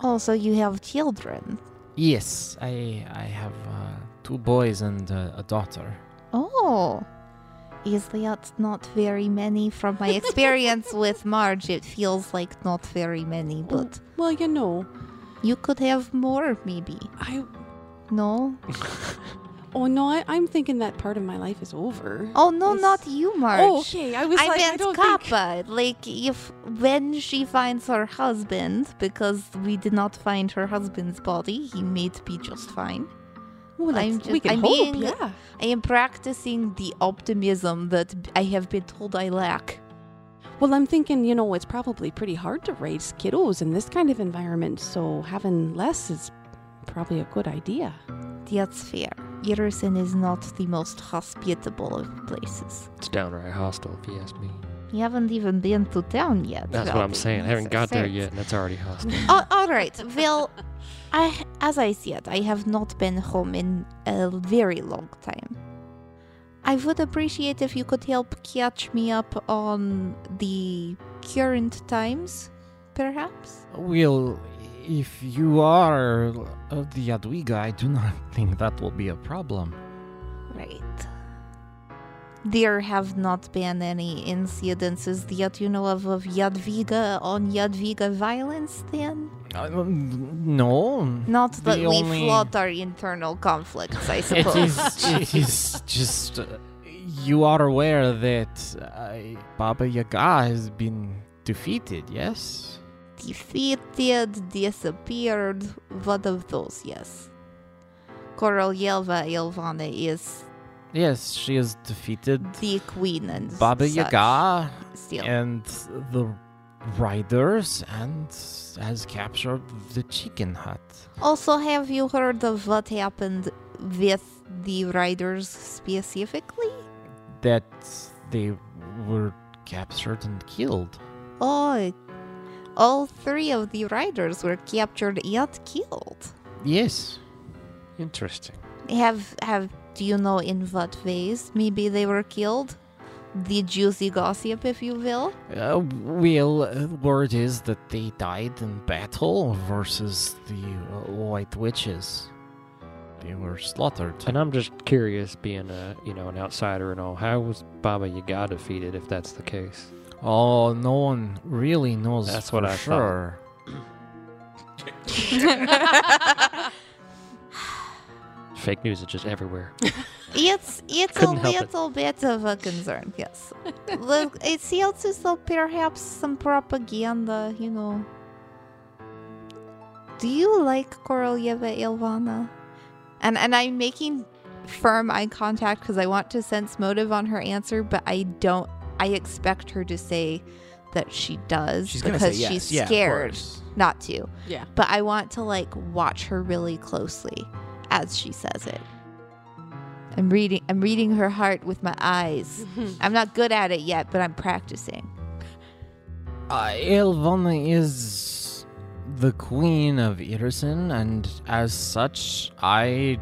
Speaker 1: Also, you have children.
Speaker 4: Yes, I I have uh, two boys and uh, a daughter.
Speaker 1: Oh. Is that not very many? From my experience with Marge, it feels like not very many, but
Speaker 2: Well, you know,
Speaker 1: you could have more, maybe.
Speaker 2: I.
Speaker 1: No?
Speaker 2: Oh, no, I, I'm thinking that part of my life is over.
Speaker 1: Oh, no,
Speaker 2: Yes.
Speaker 1: not you, Marge.
Speaker 2: Oh, okay. I was
Speaker 1: I
Speaker 2: like, I
Speaker 1: meant
Speaker 2: don't think-
Speaker 1: Kappa. Like, if when she finds her husband, because we did not find her husband's body, he may be just fine.
Speaker 2: Well,
Speaker 1: I'm
Speaker 2: that's- we
Speaker 1: just-
Speaker 2: can
Speaker 1: I'm
Speaker 2: hope,
Speaker 1: being-
Speaker 2: yeah.
Speaker 1: I am practicing the optimism that I have been told I lack.
Speaker 2: Well, I'm thinking, you know, it's probably pretty hard to raise kiddos in this kind of environment, so having less is probably a good idea.
Speaker 1: That's fair. Irison is not the most hospitable of places.
Speaker 5: it's downright hostile, if you ask me.
Speaker 1: You haven't even been to town yet.
Speaker 5: That's what
Speaker 1: Well,
Speaker 5: I'm saying. I haven't
Speaker 1: that's
Speaker 5: got there
Speaker 1: fair.
Speaker 5: yet, and that's already hostile.
Speaker 2: Uh,
Speaker 1: Oh, all right. Well, I, as I said, I have not been home in a very long time. I would appreciate if you could help catch me up on the current times, perhaps.
Speaker 4: Well, if you are of the Adwiga, I do not think that will be a problem.
Speaker 1: Right. There have not been any incidences that you know of of Yadviga on Yadviga violence, then?
Speaker 4: Uh, no.
Speaker 1: Not that
Speaker 4: The
Speaker 1: we
Speaker 4: only-
Speaker 1: flout our internal conflicts, I
Speaker 4: It
Speaker 1: suppose.
Speaker 4: is, it is just. Uh, you are aware that uh, Baba Yaga has been defeated, yes?
Speaker 1: defeated, disappeared, one of those, yes. Koroleva Ilvana is
Speaker 4: Yes, she has defeated
Speaker 1: the queen and
Speaker 4: Baba
Speaker 1: such
Speaker 4: Yaga
Speaker 1: Still,
Speaker 4: and the riders and has captured the chicken hut.
Speaker 1: Also, have you heard of what happened with the riders specifically?
Speaker 4: That they were captured and killed.
Speaker 1: Oh, it- all three of the riders were captured yet killed.
Speaker 4: Yes.
Speaker 5: Interesting.
Speaker 1: Have have do you know in what ways maybe they were killed? The juicy gossip, if you will.
Speaker 4: Uh, well, uh, word is that they died in battle versus the uh, White Witches. They were slaughtered.
Speaker 5: And I'm just curious, being a you know an outsider and all, how was Baba Yaga defeated if that's the case?
Speaker 4: Oh, no one really knows.
Speaker 5: That's what
Speaker 4: for
Speaker 5: I thought.
Speaker 4: sure.
Speaker 5: Fake news is just everywhere.
Speaker 1: It's it's
Speaker 5: Couldn't
Speaker 1: a
Speaker 5: help it.
Speaker 1: little bit of a concern, yes. Look, it's also perhaps some propaganda, you know. Do you like Korolyeva Ilvana? And and I'm making firm eye contact because I want to sense motive on her answer, but I don't. I expect her to say that she does
Speaker 3: She's gonna
Speaker 1: because
Speaker 3: say yes.
Speaker 1: she's
Speaker 3: yeah, of
Speaker 1: scared
Speaker 3: course.
Speaker 1: not to.
Speaker 2: Yeah.
Speaker 1: But I want to like watch her really closely as she says it. I'm reading I'm reading her heart with my eyes. I'm not good at it yet, but I'm practicing.
Speaker 4: Uh, Elvana is the queen of Irisen, and as such, I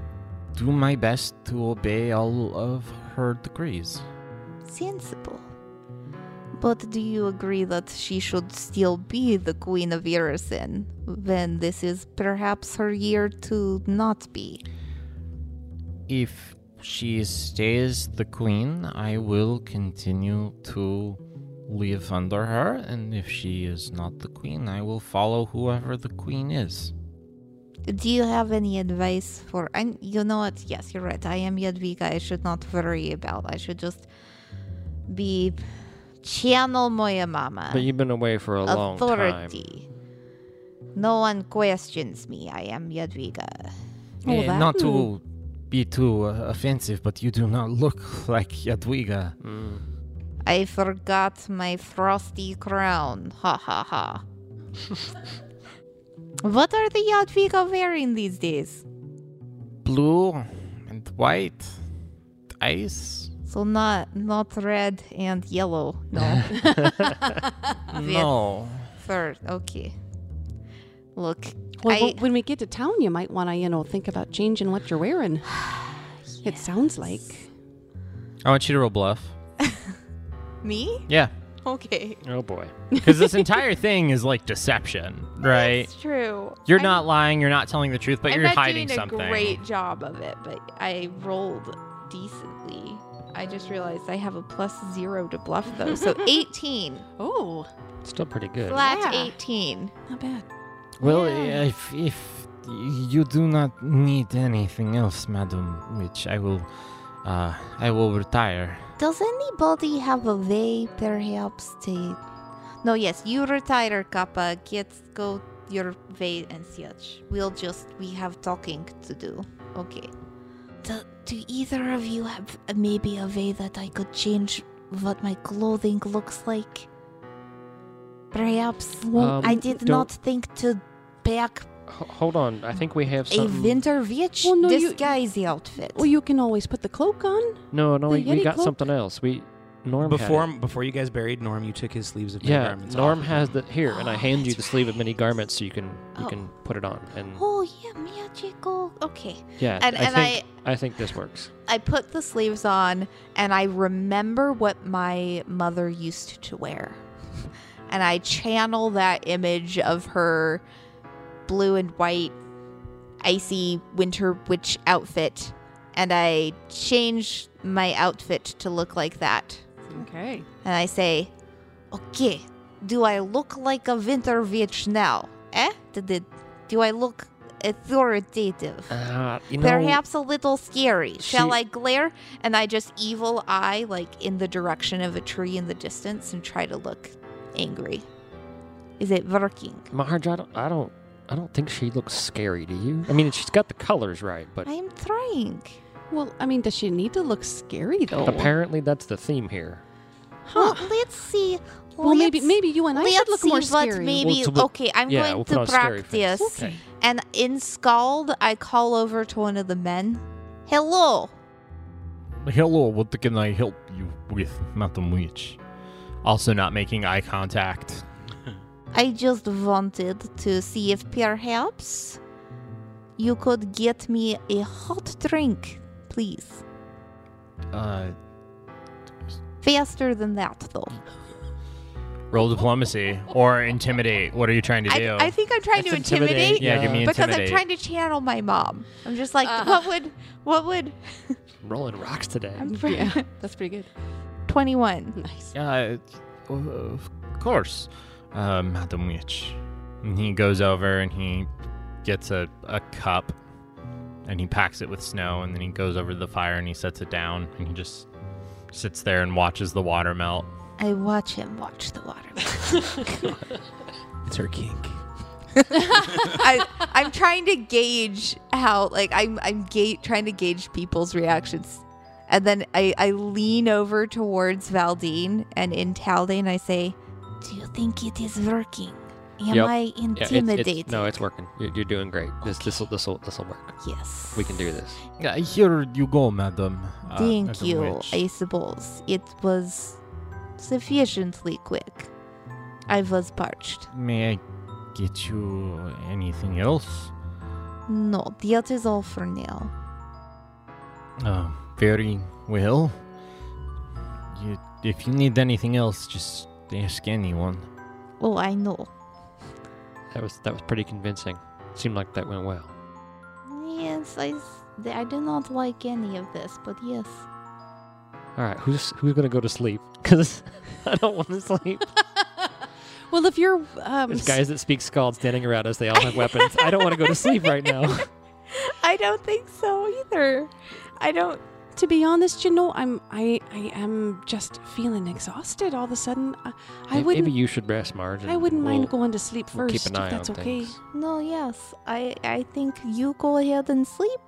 Speaker 4: do my best to obey all of her decrees.
Speaker 1: Sensible. But do you agree that she should still be the queen of Irisen when this is perhaps her year to not be?
Speaker 4: If she stays the queen, I will continue to live under her, and if she is not the queen, I will follow whoever the queen is.
Speaker 1: Do you have any advice for? And you know what? Yes, you're right. I am Yadviga. I should not worry about. I should just be channel moya mama
Speaker 5: But you've been away for a long time.
Speaker 1: authority. No one questions me. I am Yadviga.
Speaker 2: Oh,
Speaker 4: Eh,
Speaker 2: that-
Speaker 4: not to
Speaker 6: hmm.
Speaker 4: be too uh, offensive, but you do not look like Yadwiga.
Speaker 1: I forgot my frosty crown. Ha ha ha. what are the Yadviga wearing these days?
Speaker 4: Blue and white, ice.
Speaker 1: So not not red and yellow. No.
Speaker 4: No.
Speaker 1: Third, okay. Look,
Speaker 2: Well,
Speaker 1: I,
Speaker 2: wh- when we get to town, you might want to, you know, think about changing what you're wearing. It sounds like.
Speaker 4: I want you to roll bluff.
Speaker 1: me?
Speaker 4: Yeah.
Speaker 1: Okay,
Speaker 5: Oh boy.
Speaker 4: Because this entire thing is like deception, right?
Speaker 6: It's true.
Speaker 4: You're
Speaker 6: I'm-
Speaker 4: not lying, you're not telling the truth, but
Speaker 6: I'm
Speaker 4: you're
Speaker 6: not
Speaker 4: hiding
Speaker 6: doing
Speaker 4: something.
Speaker 6: a great job of it, but I rolled decently. I just realized I have a plus zero to bluff though, so eighteen
Speaker 2: Oh,
Speaker 5: Still pretty good.
Speaker 1: flat
Speaker 6: Yeah.
Speaker 1: eighteen.
Speaker 2: not bad.
Speaker 4: Well, if, if you do not need anything else, madam, which I will, uh, I will retire.
Speaker 1: Does anybody have a way, perhaps, to? No, yes, you retire, Kappa. Get go your way and such. We'll just we have talking to do. Okay. Do, do either of you have uh, maybe a way that I could change what my clothing looks like? Perhaps
Speaker 5: Um,
Speaker 1: I did
Speaker 5: don't-
Speaker 1: not think to pack
Speaker 5: Ho- hold on. I think we have
Speaker 1: a
Speaker 5: something.
Speaker 1: winter witch
Speaker 2: Well, no, you-
Speaker 1: disguise outfit.
Speaker 2: Well, you can always put the cloak on.
Speaker 5: No, no,
Speaker 2: The
Speaker 5: we, we
Speaker 2: Yeti
Speaker 5: got
Speaker 2: cloak?
Speaker 5: something else. We Norm had
Speaker 3: Before
Speaker 5: it.
Speaker 3: before you guys buried Norm, you took his sleeves of many
Speaker 5: Yeah,
Speaker 3: garments
Speaker 5: Norm
Speaker 3: off.
Speaker 5: has the here, and I
Speaker 1: Oh,
Speaker 5: hand you the
Speaker 1: that's
Speaker 5: sleeve of
Speaker 1: right.
Speaker 5: mini garments so you can you
Speaker 1: Oh.
Speaker 5: can put it on. And
Speaker 1: oh yeah, magical. Okay.
Speaker 5: yeah,
Speaker 1: and-
Speaker 5: I
Speaker 1: and
Speaker 5: think I think this works.
Speaker 1: I put the sleeves on and I remember what my mother used to wear. And I channel that image of her blue and white icy winter witch outfit and I change my outfit to look like that.
Speaker 2: Okay.
Speaker 1: And I say, "Okay, do I look like a winter witch now? Eh? Did it, do I look authoritative?"
Speaker 5: Uh, you know,
Speaker 1: Perhaps a little scary. Shall
Speaker 5: she-
Speaker 1: I glare? And I just evil eye, like in the direction of a tree in the distance, and try to look angry. Is it working?
Speaker 5: Maharaj, I don't, I don't, I don't think she looks scary. Do you? I mean, she's got the colors right, but
Speaker 1: I am trying.
Speaker 2: Well, I mean, does she need to look scary
Speaker 5: Oh.
Speaker 2: though?
Speaker 5: Apparently, that's the theme here.
Speaker 2: Huh.
Speaker 7: Well, let's see.
Speaker 2: Well, maybe
Speaker 7: Let's-
Speaker 2: maybe you and I should
Speaker 7: let's
Speaker 2: look
Speaker 7: see
Speaker 2: more
Speaker 7: what
Speaker 2: scary.
Speaker 7: maybe.
Speaker 5: Well, so we'll-
Speaker 7: okay, I'm
Speaker 5: yeah,
Speaker 7: going
Speaker 5: we'll put
Speaker 7: to
Speaker 5: on scary face.
Speaker 7: practice. And in Scald, I call over to one of the men. Hello.
Speaker 4: Hello, what can I help you with, Madam Witch? Also, not making eye contact.
Speaker 7: I just wanted to see if perhaps you could get me a hot drink, please.
Speaker 4: Uh,
Speaker 7: Faster than that, though.
Speaker 4: roll diplomacy or intimidate. What are you trying to do?
Speaker 7: I, I think I'm trying to
Speaker 5: That's
Speaker 7: intimidate,
Speaker 5: intimidating.
Speaker 4: yeah, give me
Speaker 7: because I'm
Speaker 4: intimidate.
Speaker 7: trying to channel my mom. I'm just like,
Speaker 2: Uh.
Speaker 7: what would, what would
Speaker 5: Rolling rocks today.
Speaker 2: yeah, that's pretty good.
Speaker 7: 21?
Speaker 2: Nice.
Speaker 4: Yeah, it's- uh, of course, uh, Madam Witch. And he goes over and he gets a, a cup and he packs it with snow and then he goes over to the fire and he sets it down and he just sits there and watches the water melt.
Speaker 7: I watch him watch the water.
Speaker 3: It's her kink.
Speaker 1: I, I'm trying to gauge how, like, I'm I'm ga- trying to gauge people's reactions, and then I I lean over towards Valdine, and in Taldane I say,
Speaker 7: Do you think it is working? Am
Speaker 5: Yep.
Speaker 7: I
Speaker 5: Yeah, it's-
Speaker 7: intimidated?
Speaker 5: it's, no, it's working. You're, you're doing great. This this will this will this will work.
Speaker 7: yes.
Speaker 5: We can do this.
Speaker 4: Yeah, here you go, Madam. Uh,
Speaker 5: Uh,
Speaker 7: Thank you, I suppose. It was sufficiently quick. I was parched.
Speaker 4: May I get you anything else?
Speaker 7: No, that is all for now.
Speaker 4: Uh, very well. You, if you need anything else, just ask anyone.
Speaker 7: Oh, I know.
Speaker 5: That was that was pretty convincing. Seemed like that went well.
Speaker 7: Yes, I, s- I do not like any of this, but yes.
Speaker 5: All right, who's who's gonna go to sleep? Because I don't want to sleep.
Speaker 2: Well, if you're um,
Speaker 5: There's guys that speak Scald standing around us. They all have weapons. I don't want to go to sleep right now.
Speaker 1: I don't think so either. I don't.
Speaker 2: to be honest, you know, I'm I I am just feeling exhausted all of a sudden. I, I
Speaker 5: May-
Speaker 2: wouldn't
Speaker 5: Maybe you should rest, Marge.
Speaker 2: I
Speaker 5: and
Speaker 2: wouldn't mind
Speaker 5: we'll-
Speaker 2: going to sleep
Speaker 5: we'll
Speaker 2: first
Speaker 5: keep an eye
Speaker 2: if that's
Speaker 5: on
Speaker 2: okay.
Speaker 5: things.
Speaker 7: No, yes. I, I think you go ahead and sleep.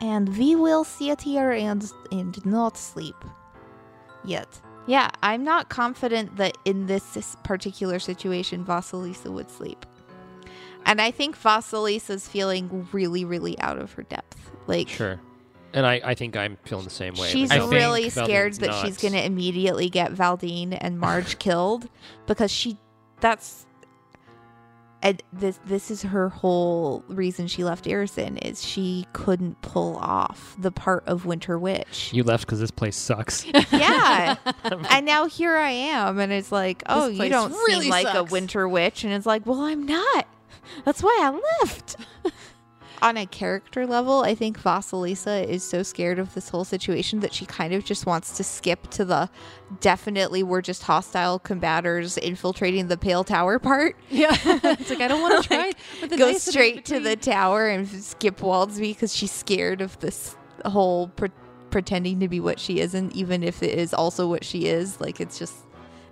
Speaker 7: And we will sit here and, and not sleep. Yet.
Speaker 1: Yeah, I'm not confident that in this s- particular situation Vasilisa would sleep. And I think Vasilisa's feeling really, really out of her depth. Like
Speaker 5: Sure. And I, I think I'm feeling the same way.
Speaker 1: she's
Speaker 4: I
Speaker 5: myself.
Speaker 4: think
Speaker 1: really
Speaker 5: Valdine's
Speaker 1: scared that
Speaker 5: not.
Speaker 1: she's going to immediately get Valdine and Marge killed because she that's and this this is her whole reason she left Irison is she couldn't pull off the part of Winter Witch.
Speaker 5: You left because this place sucks.
Speaker 1: yeah. and now here I am, and it's like, oh, you
Speaker 2: place
Speaker 1: don't
Speaker 2: really
Speaker 1: seem like a
Speaker 2: sucks.
Speaker 1: winter witch, and it's like, well, I'm not. That's why I left. On a character level, I think Vasilisa is so scared of this whole situation that she kind of just wants to skip to the definitely we're just hostile combaters infiltrating the Pale Tower part.
Speaker 2: Yeah, it's like I don't want to try. it, but the
Speaker 1: Go
Speaker 2: dice are in
Speaker 1: straight to the
Speaker 2: between.
Speaker 1: tower and skip Waldsby because she's scared of this whole pre- pretending to be what she isn't, even if it is also what she is. Like it's just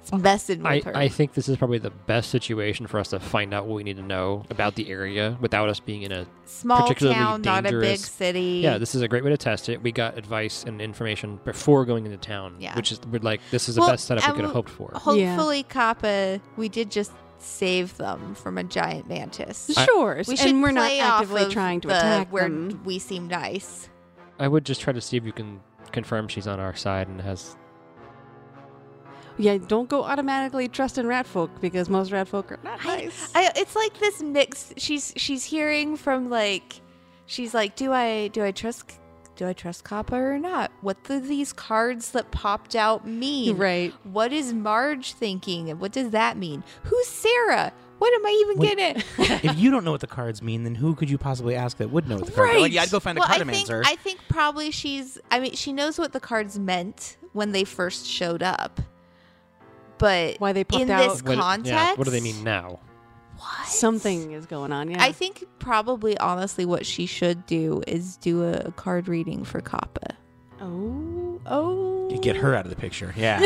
Speaker 1: it's messing with
Speaker 5: I,
Speaker 1: her.
Speaker 5: I think this is probably the best situation for us to find out what we need to know about the area without us being in a.
Speaker 1: Small
Speaker 5: particularly
Speaker 1: town, not a big
Speaker 5: dangerous-
Speaker 1: city.
Speaker 5: Yeah, this is a great way to test it. We got advice and information before going into town,
Speaker 1: Yeah.
Speaker 5: which is we're like this is the
Speaker 1: Well,
Speaker 5: best setup we
Speaker 1: and
Speaker 5: could have
Speaker 1: we-
Speaker 5: hoped for.
Speaker 1: Hopefully, Kappa. We did just save them from a giant mantis.
Speaker 2: Sure,
Speaker 1: we should
Speaker 2: and we're not
Speaker 1: play off
Speaker 2: actively
Speaker 1: of
Speaker 2: trying to
Speaker 1: the
Speaker 2: attack
Speaker 1: where
Speaker 2: them.
Speaker 1: we seem nice.
Speaker 5: I would just try to see if you can confirm she's on our side and has.
Speaker 2: Yeah, don't go automatically trusting rat folk because most rat folk are not
Speaker 1: I-
Speaker 2: nice.
Speaker 1: I, it's like this mix. She's she's hearing from like, she's like, do I do I trust do I trust Kappa or not? What do these cards that popped out mean?
Speaker 2: right.
Speaker 1: What is Marge thinking? And What does that mean? Who's Sarah? What am I even
Speaker 3: Wait.
Speaker 1: getting?
Speaker 3: if you don't know what the cards mean, then who could you possibly ask that would know what the cards? Right.
Speaker 2: Right.
Speaker 3: yeah, I'd go find a
Speaker 1: well,
Speaker 3: card
Speaker 1: I think
Speaker 3: answer.
Speaker 1: I think probably she's. I mean, she knows what the cards meant when they first showed up, but
Speaker 2: Why they popped
Speaker 1: in
Speaker 2: out.
Speaker 1: this
Speaker 5: What,
Speaker 1: context,
Speaker 5: yeah, what do they mean now?
Speaker 1: What?
Speaker 2: Something is going on. Yeah,
Speaker 1: I think probably honestly what she should do is do a, a card reading for Kappa.
Speaker 2: Oh, oh.
Speaker 3: Get her out of the picture. Yeah.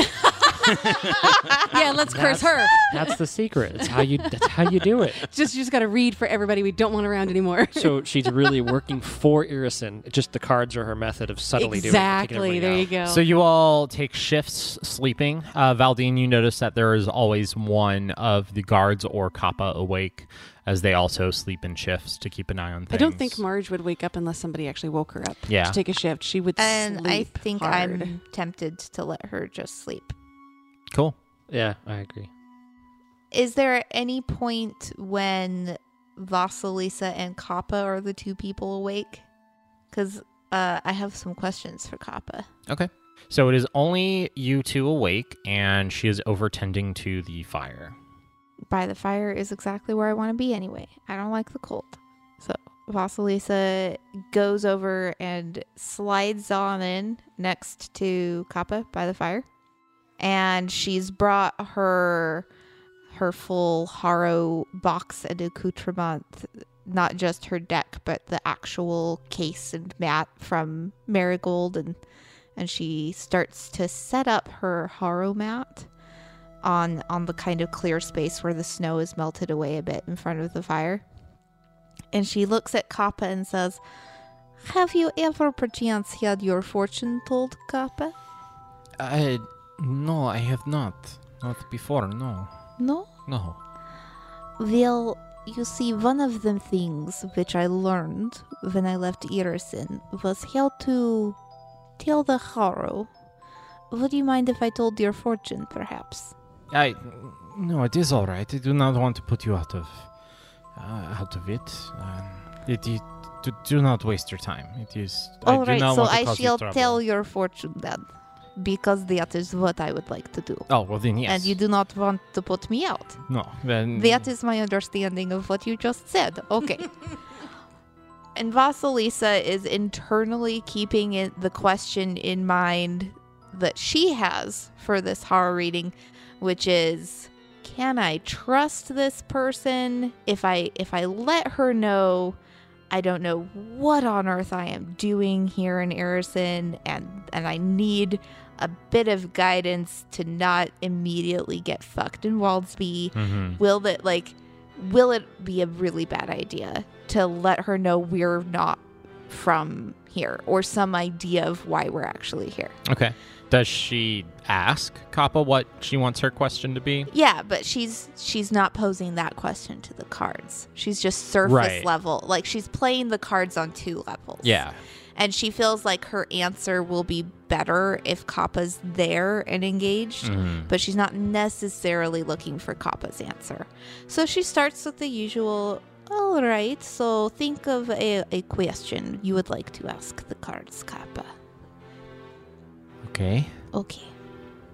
Speaker 2: yeah, let's curse
Speaker 5: That's-
Speaker 2: her.
Speaker 5: That's the secret. It's how you. That's how you do it.
Speaker 2: Just you just got to read for everybody we don't want around anymore.
Speaker 5: So she's really working for Irison. Just the cards are her method of subtly doing
Speaker 2: exactly.
Speaker 5: it.
Speaker 2: There you go.
Speaker 4: So you all take shifts sleeping. Uh, Valdine, you notice that there is always one of the guards or Kappa awake, as they also sleep in shifts to keep an eye on things.
Speaker 2: I don't think Marge would wake up unless somebody actually woke her up
Speaker 4: Yeah.
Speaker 2: to take a shift. She would
Speaker 6: And I
Speaker 2: sleep
Speaker 6: think
Speaker 2: hard.
Speaker 6: I'm tempted to let her just sleep.
Speaker 4: Cool.
Speaker 5: Yeah, I agree.
Speaker 6: Is there any point when Vasilisa and Kappa are the two people awake? Because uh, I have some questions for Kappa.
Speaker 4: Okay. So it is only you two awake, and she is overtending to the fire.
Speaker 6: By the fire is exactly where I want to be anyway. I don't like the cold. So Vasilisa goes over and slides on in next to Kappa by the fire. And she's brought her her full Haro box and accoutrement, not just her deck, but the actual case and mat from Marigold and and she starts to set up her Haro mat on on the kind of clear space where the snow is melted away a bit in front of the fire. And she looks at Kappa and says, Have you ever perchance had your fortune told, Kappa?
Speaker 4: I no, I have not. Not before. No,
Speaker 6: No?
Speaker 4: no.
Speaker 6: Well, you see, one of the things which I learned when I left Irison was how to tell the Haro. Would you mind if I told your fortune, perhaps?
Speaker 4: I no, it is all right. I do not want to put you out of uh, out of it. Um, it, it do, do not waste your time. It is. I
Speaker 6: All
Speaker 4: do
Speaker 6: right,
Speaker 4: not
Speaker 6: so
Speaker 4: want to
Speaker 6: I
Speaker 4: cause you
Speaker 6: shall
Speaker 4: trouble.
Speaker 6: tell your fortune then, because that is what I would like to do.
Speaker 4: Oh well, then yes.
Speaker 6: and you do not want to put me out.
Speaker 4: no. Then
Speaker 6: That is my understanding of what you just said. Okay.
Speaker 1: And Vasilisa is internally keeping it, the question in mind that she has for this horror reading, which is can I trust this person? If I if I let her know, I don't know what on earth I am doing here in Arison and and I need a bit of guidance to not immediately get fucked in Waldsby
Speaker 4: Mhm.
Speaker 1: will that like will it be a really bad idea to let her know we're not from here or some idea of why we're actually here
Speaker 4: Okay. Does she ask Kappa what she wants her question to be?
Speaker 1: yeah but she's she's not posing that question to the cards she's just surface
Speaker 4: Right.
Speaker 1: level like she's playing the cards on two levels
Speaker 4: Yeah.
Speaker 1: and she feels like her answer will be better if kappa's there and engaged
Speaker 4: Mhm.
Speaker 1: but she's not necessarily looking for Kappa's answer. So she starts with the usual, all right, so think of a, a question you would like to ask the cards, Kappa.
Speaker 4: Okay.
Speaker 1: Okay,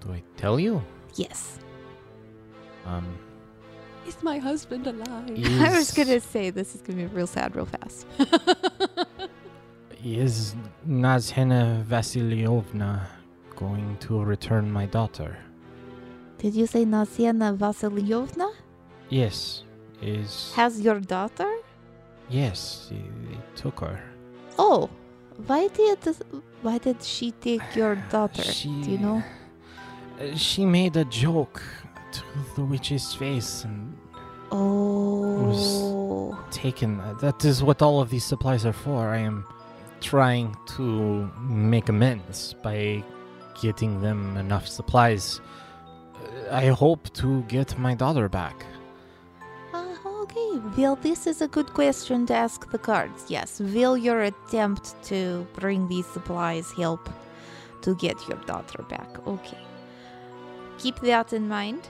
Speaker 4: Do I tell you?
Speaker 1: yes.
Speaker 4: Um.
Speaker 2: Is my husband alive?
Speaker 6: I was going to say this is going to be real sad, real fast.
Speaker 4: Is Nazhena Vasilievna going to return my daughter?
Speaker 6: Did you say Nasiana Vasilievna
Speaker 4: Yes. Is
Speaker 6: has your daughter?
Speaker 4: yes. They, they took her.
Speaker 6: Oh, why did why did she take your daughter? Do you know?
Speaker 4: Uh, She made a joke to the witch's face and
Speaker 6: Oh,
Speaker 4: taken. Uh, That is what all of these supplies are for. I am trying to make amends by getting them enough supplies. Uh, I hope to get my daughter back.
Speaker 6: Ah, okay. Well, this is a good question to ask the cards. Yes, will your attempt to bring these supplies help to get your daughter back? Okay,
Speaker 1: Keep that in mind.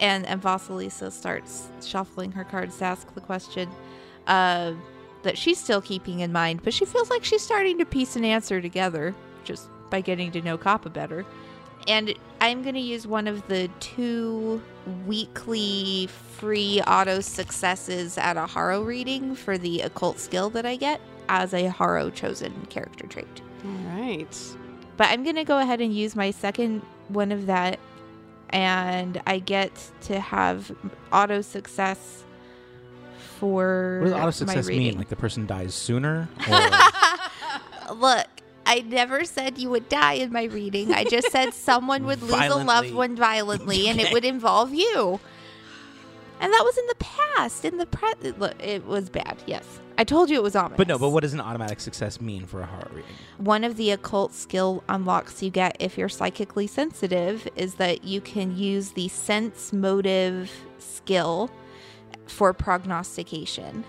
Speaker 1: And, and Vasilisa starts shuffling her cards to ask the question uh, that she's still keeping in mind, but she feels like she's starting to piece an answer together just by getting to know Kappa better. And I'm going to use one of the two weekly free auto successes at a Haro reading for the occult skill that I get as a Haro chosen character trait.
Speaker 2: All right.
Speaker 1: But I'm going to go ahead and use my second one of that. And I get to have auto success for
Speaker 3: What does auto success
Speaker 1: my reading.
Speaker 3: mean? Like the person dies sooner? Or
Speaker 1: Look, I never said you would die in my reading. I just said someone would lose a loved
Speaker 3: Violently.
Speaker 1: one violently, and it would involve you. And that was in the past. In the pre, look, it was bad. Yes, I told you it was ominous.
Speaker 3: But no, but what does an automatic success mean for a horror reading?
Speaker 1: one of the occult skill unlocks you get if you're psychically sensitive is that you can use the sense motive skill for prognostication.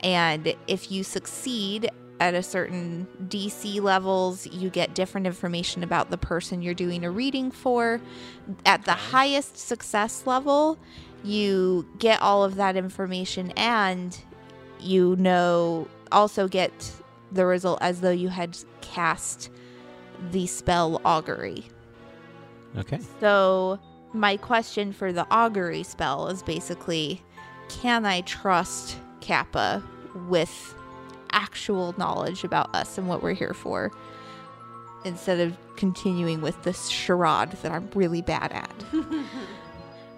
Speaker 1: And if you succeed at a certain DC levels, you get different information about the person you're doing a reading for. At the highest success level, you get all of that information and you know also get the result as though you had cast the spell augury.
Speaker 3: Okay.
Speaker 1: So, my question for the augury spell is basically can I trust Kappa with actual knowledge about us and what we're here for instead of continuing with this charade that I'm really bad at?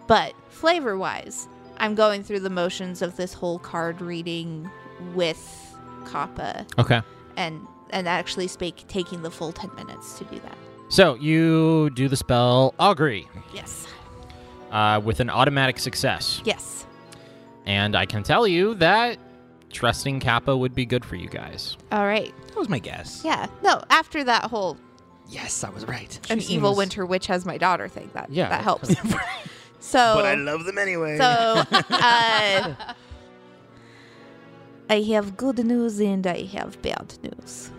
Speaker 1: but flavor wise, I'm going through the motions of this whole card reading with Kappa
Speaker 4: Okay.
Speaker 1: and and actually spake taking the full 10 minutes to do that.
Speaker 4: So you do the spell augury
Speaker 1: Yes.
Speaker 4: uh, with an automatic success,
Speaker 1: Yes.
Speaker 4: and I can tell you that trusting Kappa would be good for you guys.
Speaker 1: All right.
Speaker 3: That was my guess.
Speaker 1: Yeah. No, after that whole
Speaker 3: Yes, I was right.
Speaker 1: an evil winter witch has my daughter thing, that
Speaker 5: Yeah.
Speaker 1: that helps. so
Speaker 3: But I love them anyway.
Speaker 1: so uh, I have good news and I have bad news.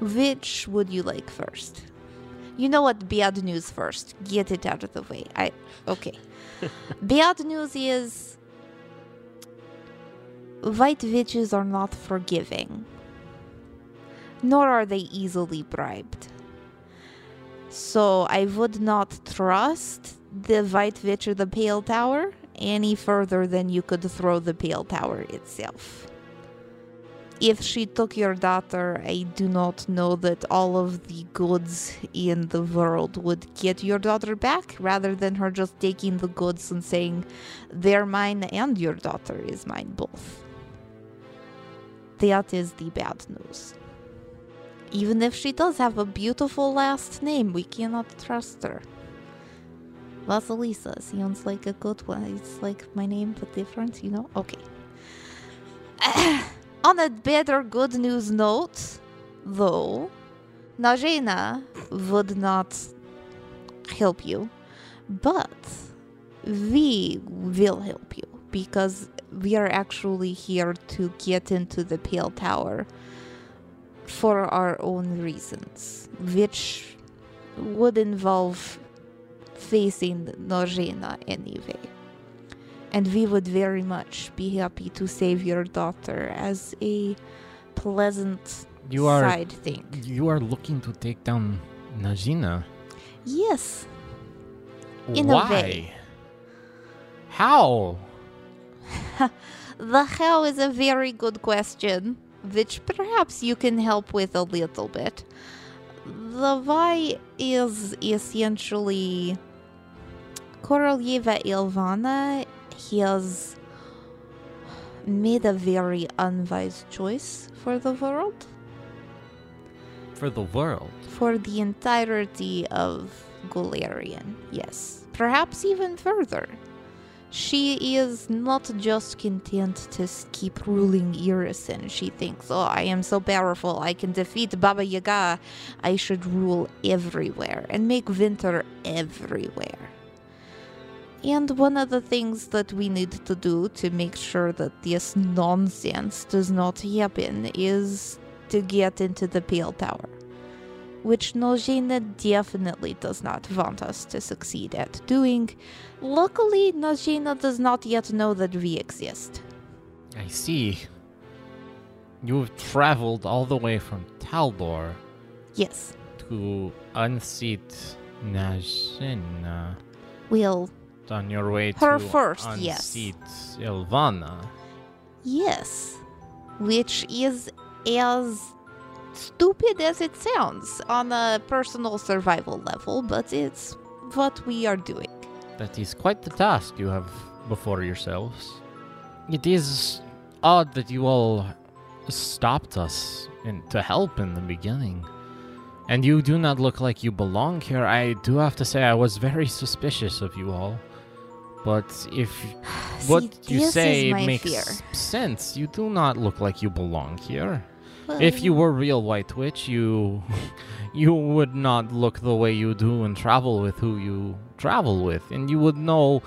Speaker 1: Which would you like first? You know what? Bad news first. Get it out of the way. I okay. bad news is white witches are not forgiving, nor are they easily bribed. So I would not trust the White Witch or the Pale Tower any further than you could throw the Pale Tower itself. If she took your daughter, I do not know that all of the goods in the world would get your daughter back rather than her just taking the goods and saying, they're mine and your daughter is mine both. That is the bad news. Even if she does have a beautiful last name, we cannot trust her. Vasilisa sounds like a good one. It's like my name, but different, you know? Okay. On a better good news note, though, Najena would not help you, but we will help you because we are actually here to get into the Pale Tower for our own reasons, which would involve facing Norgena anyway. And we would very much be happy to save your daughter as a pleasant
Speaker 4: You are
Speaker 1: side thing.
Speaker 4: you are looking to take down Najina.
Speaker 1: Yes, In a
Speaker 4: Why?
Speaker 1: way.
Speaker 4: How?
Speaker 1: the how is a very good question, which perhaps you can help with a little bit. The why is essentially Korolyeva Ilvana has made a very unwise choice for the world.
Speaker 4: For the world.
Speaker 1: for the entirety of Golarian. Yes, perhaps even further. She is not just content to s- keep ruling Irison. She thinks, oh, I am so powerful, I can defeat Baba Yaga. I should rule everywhere and make winter everywhere. And one of the things that we need to do to make sure that this nonsense does not happen is to get into the Pale Tower which Nojina definitely does not want us to succeed at doing. Luckily, Nojina does not yet know that we exist.
Speaker 4: I see. You have traveled all the way from Taldor
Speaker 1: Yes,
Speaker 4: to unseat Najina
Speaker 1: well,
Speaker 4: on your way
Speaker 1: Her
Speaker 4: to
Speaker 1: first, yes.
Speaker 4: unseat Ilvana.
Speaker 1: yes, which is as stupid as it sounds on a personal survival level, but it's what we are doing.
Speaker 4: That is quite the task you have before yourselves. It is odd that you all stopped us in, to help in the beginning. And you do not look like you belong here. I do have to say, I was very suspicious of you all. But if what
Speaker 1: See,
Speaker 4: you
Speaker 1: this is
Speaker 4: say
Speaker 1: my
Speaker 4: makes
Speaker 1: fear.
Speaker 4: sense, you do not look like you belong here.
Speaker 1: Well,
Speaker 4: If you were real White Witch, you you would not look the way you do and travel with who you travel with, and you would know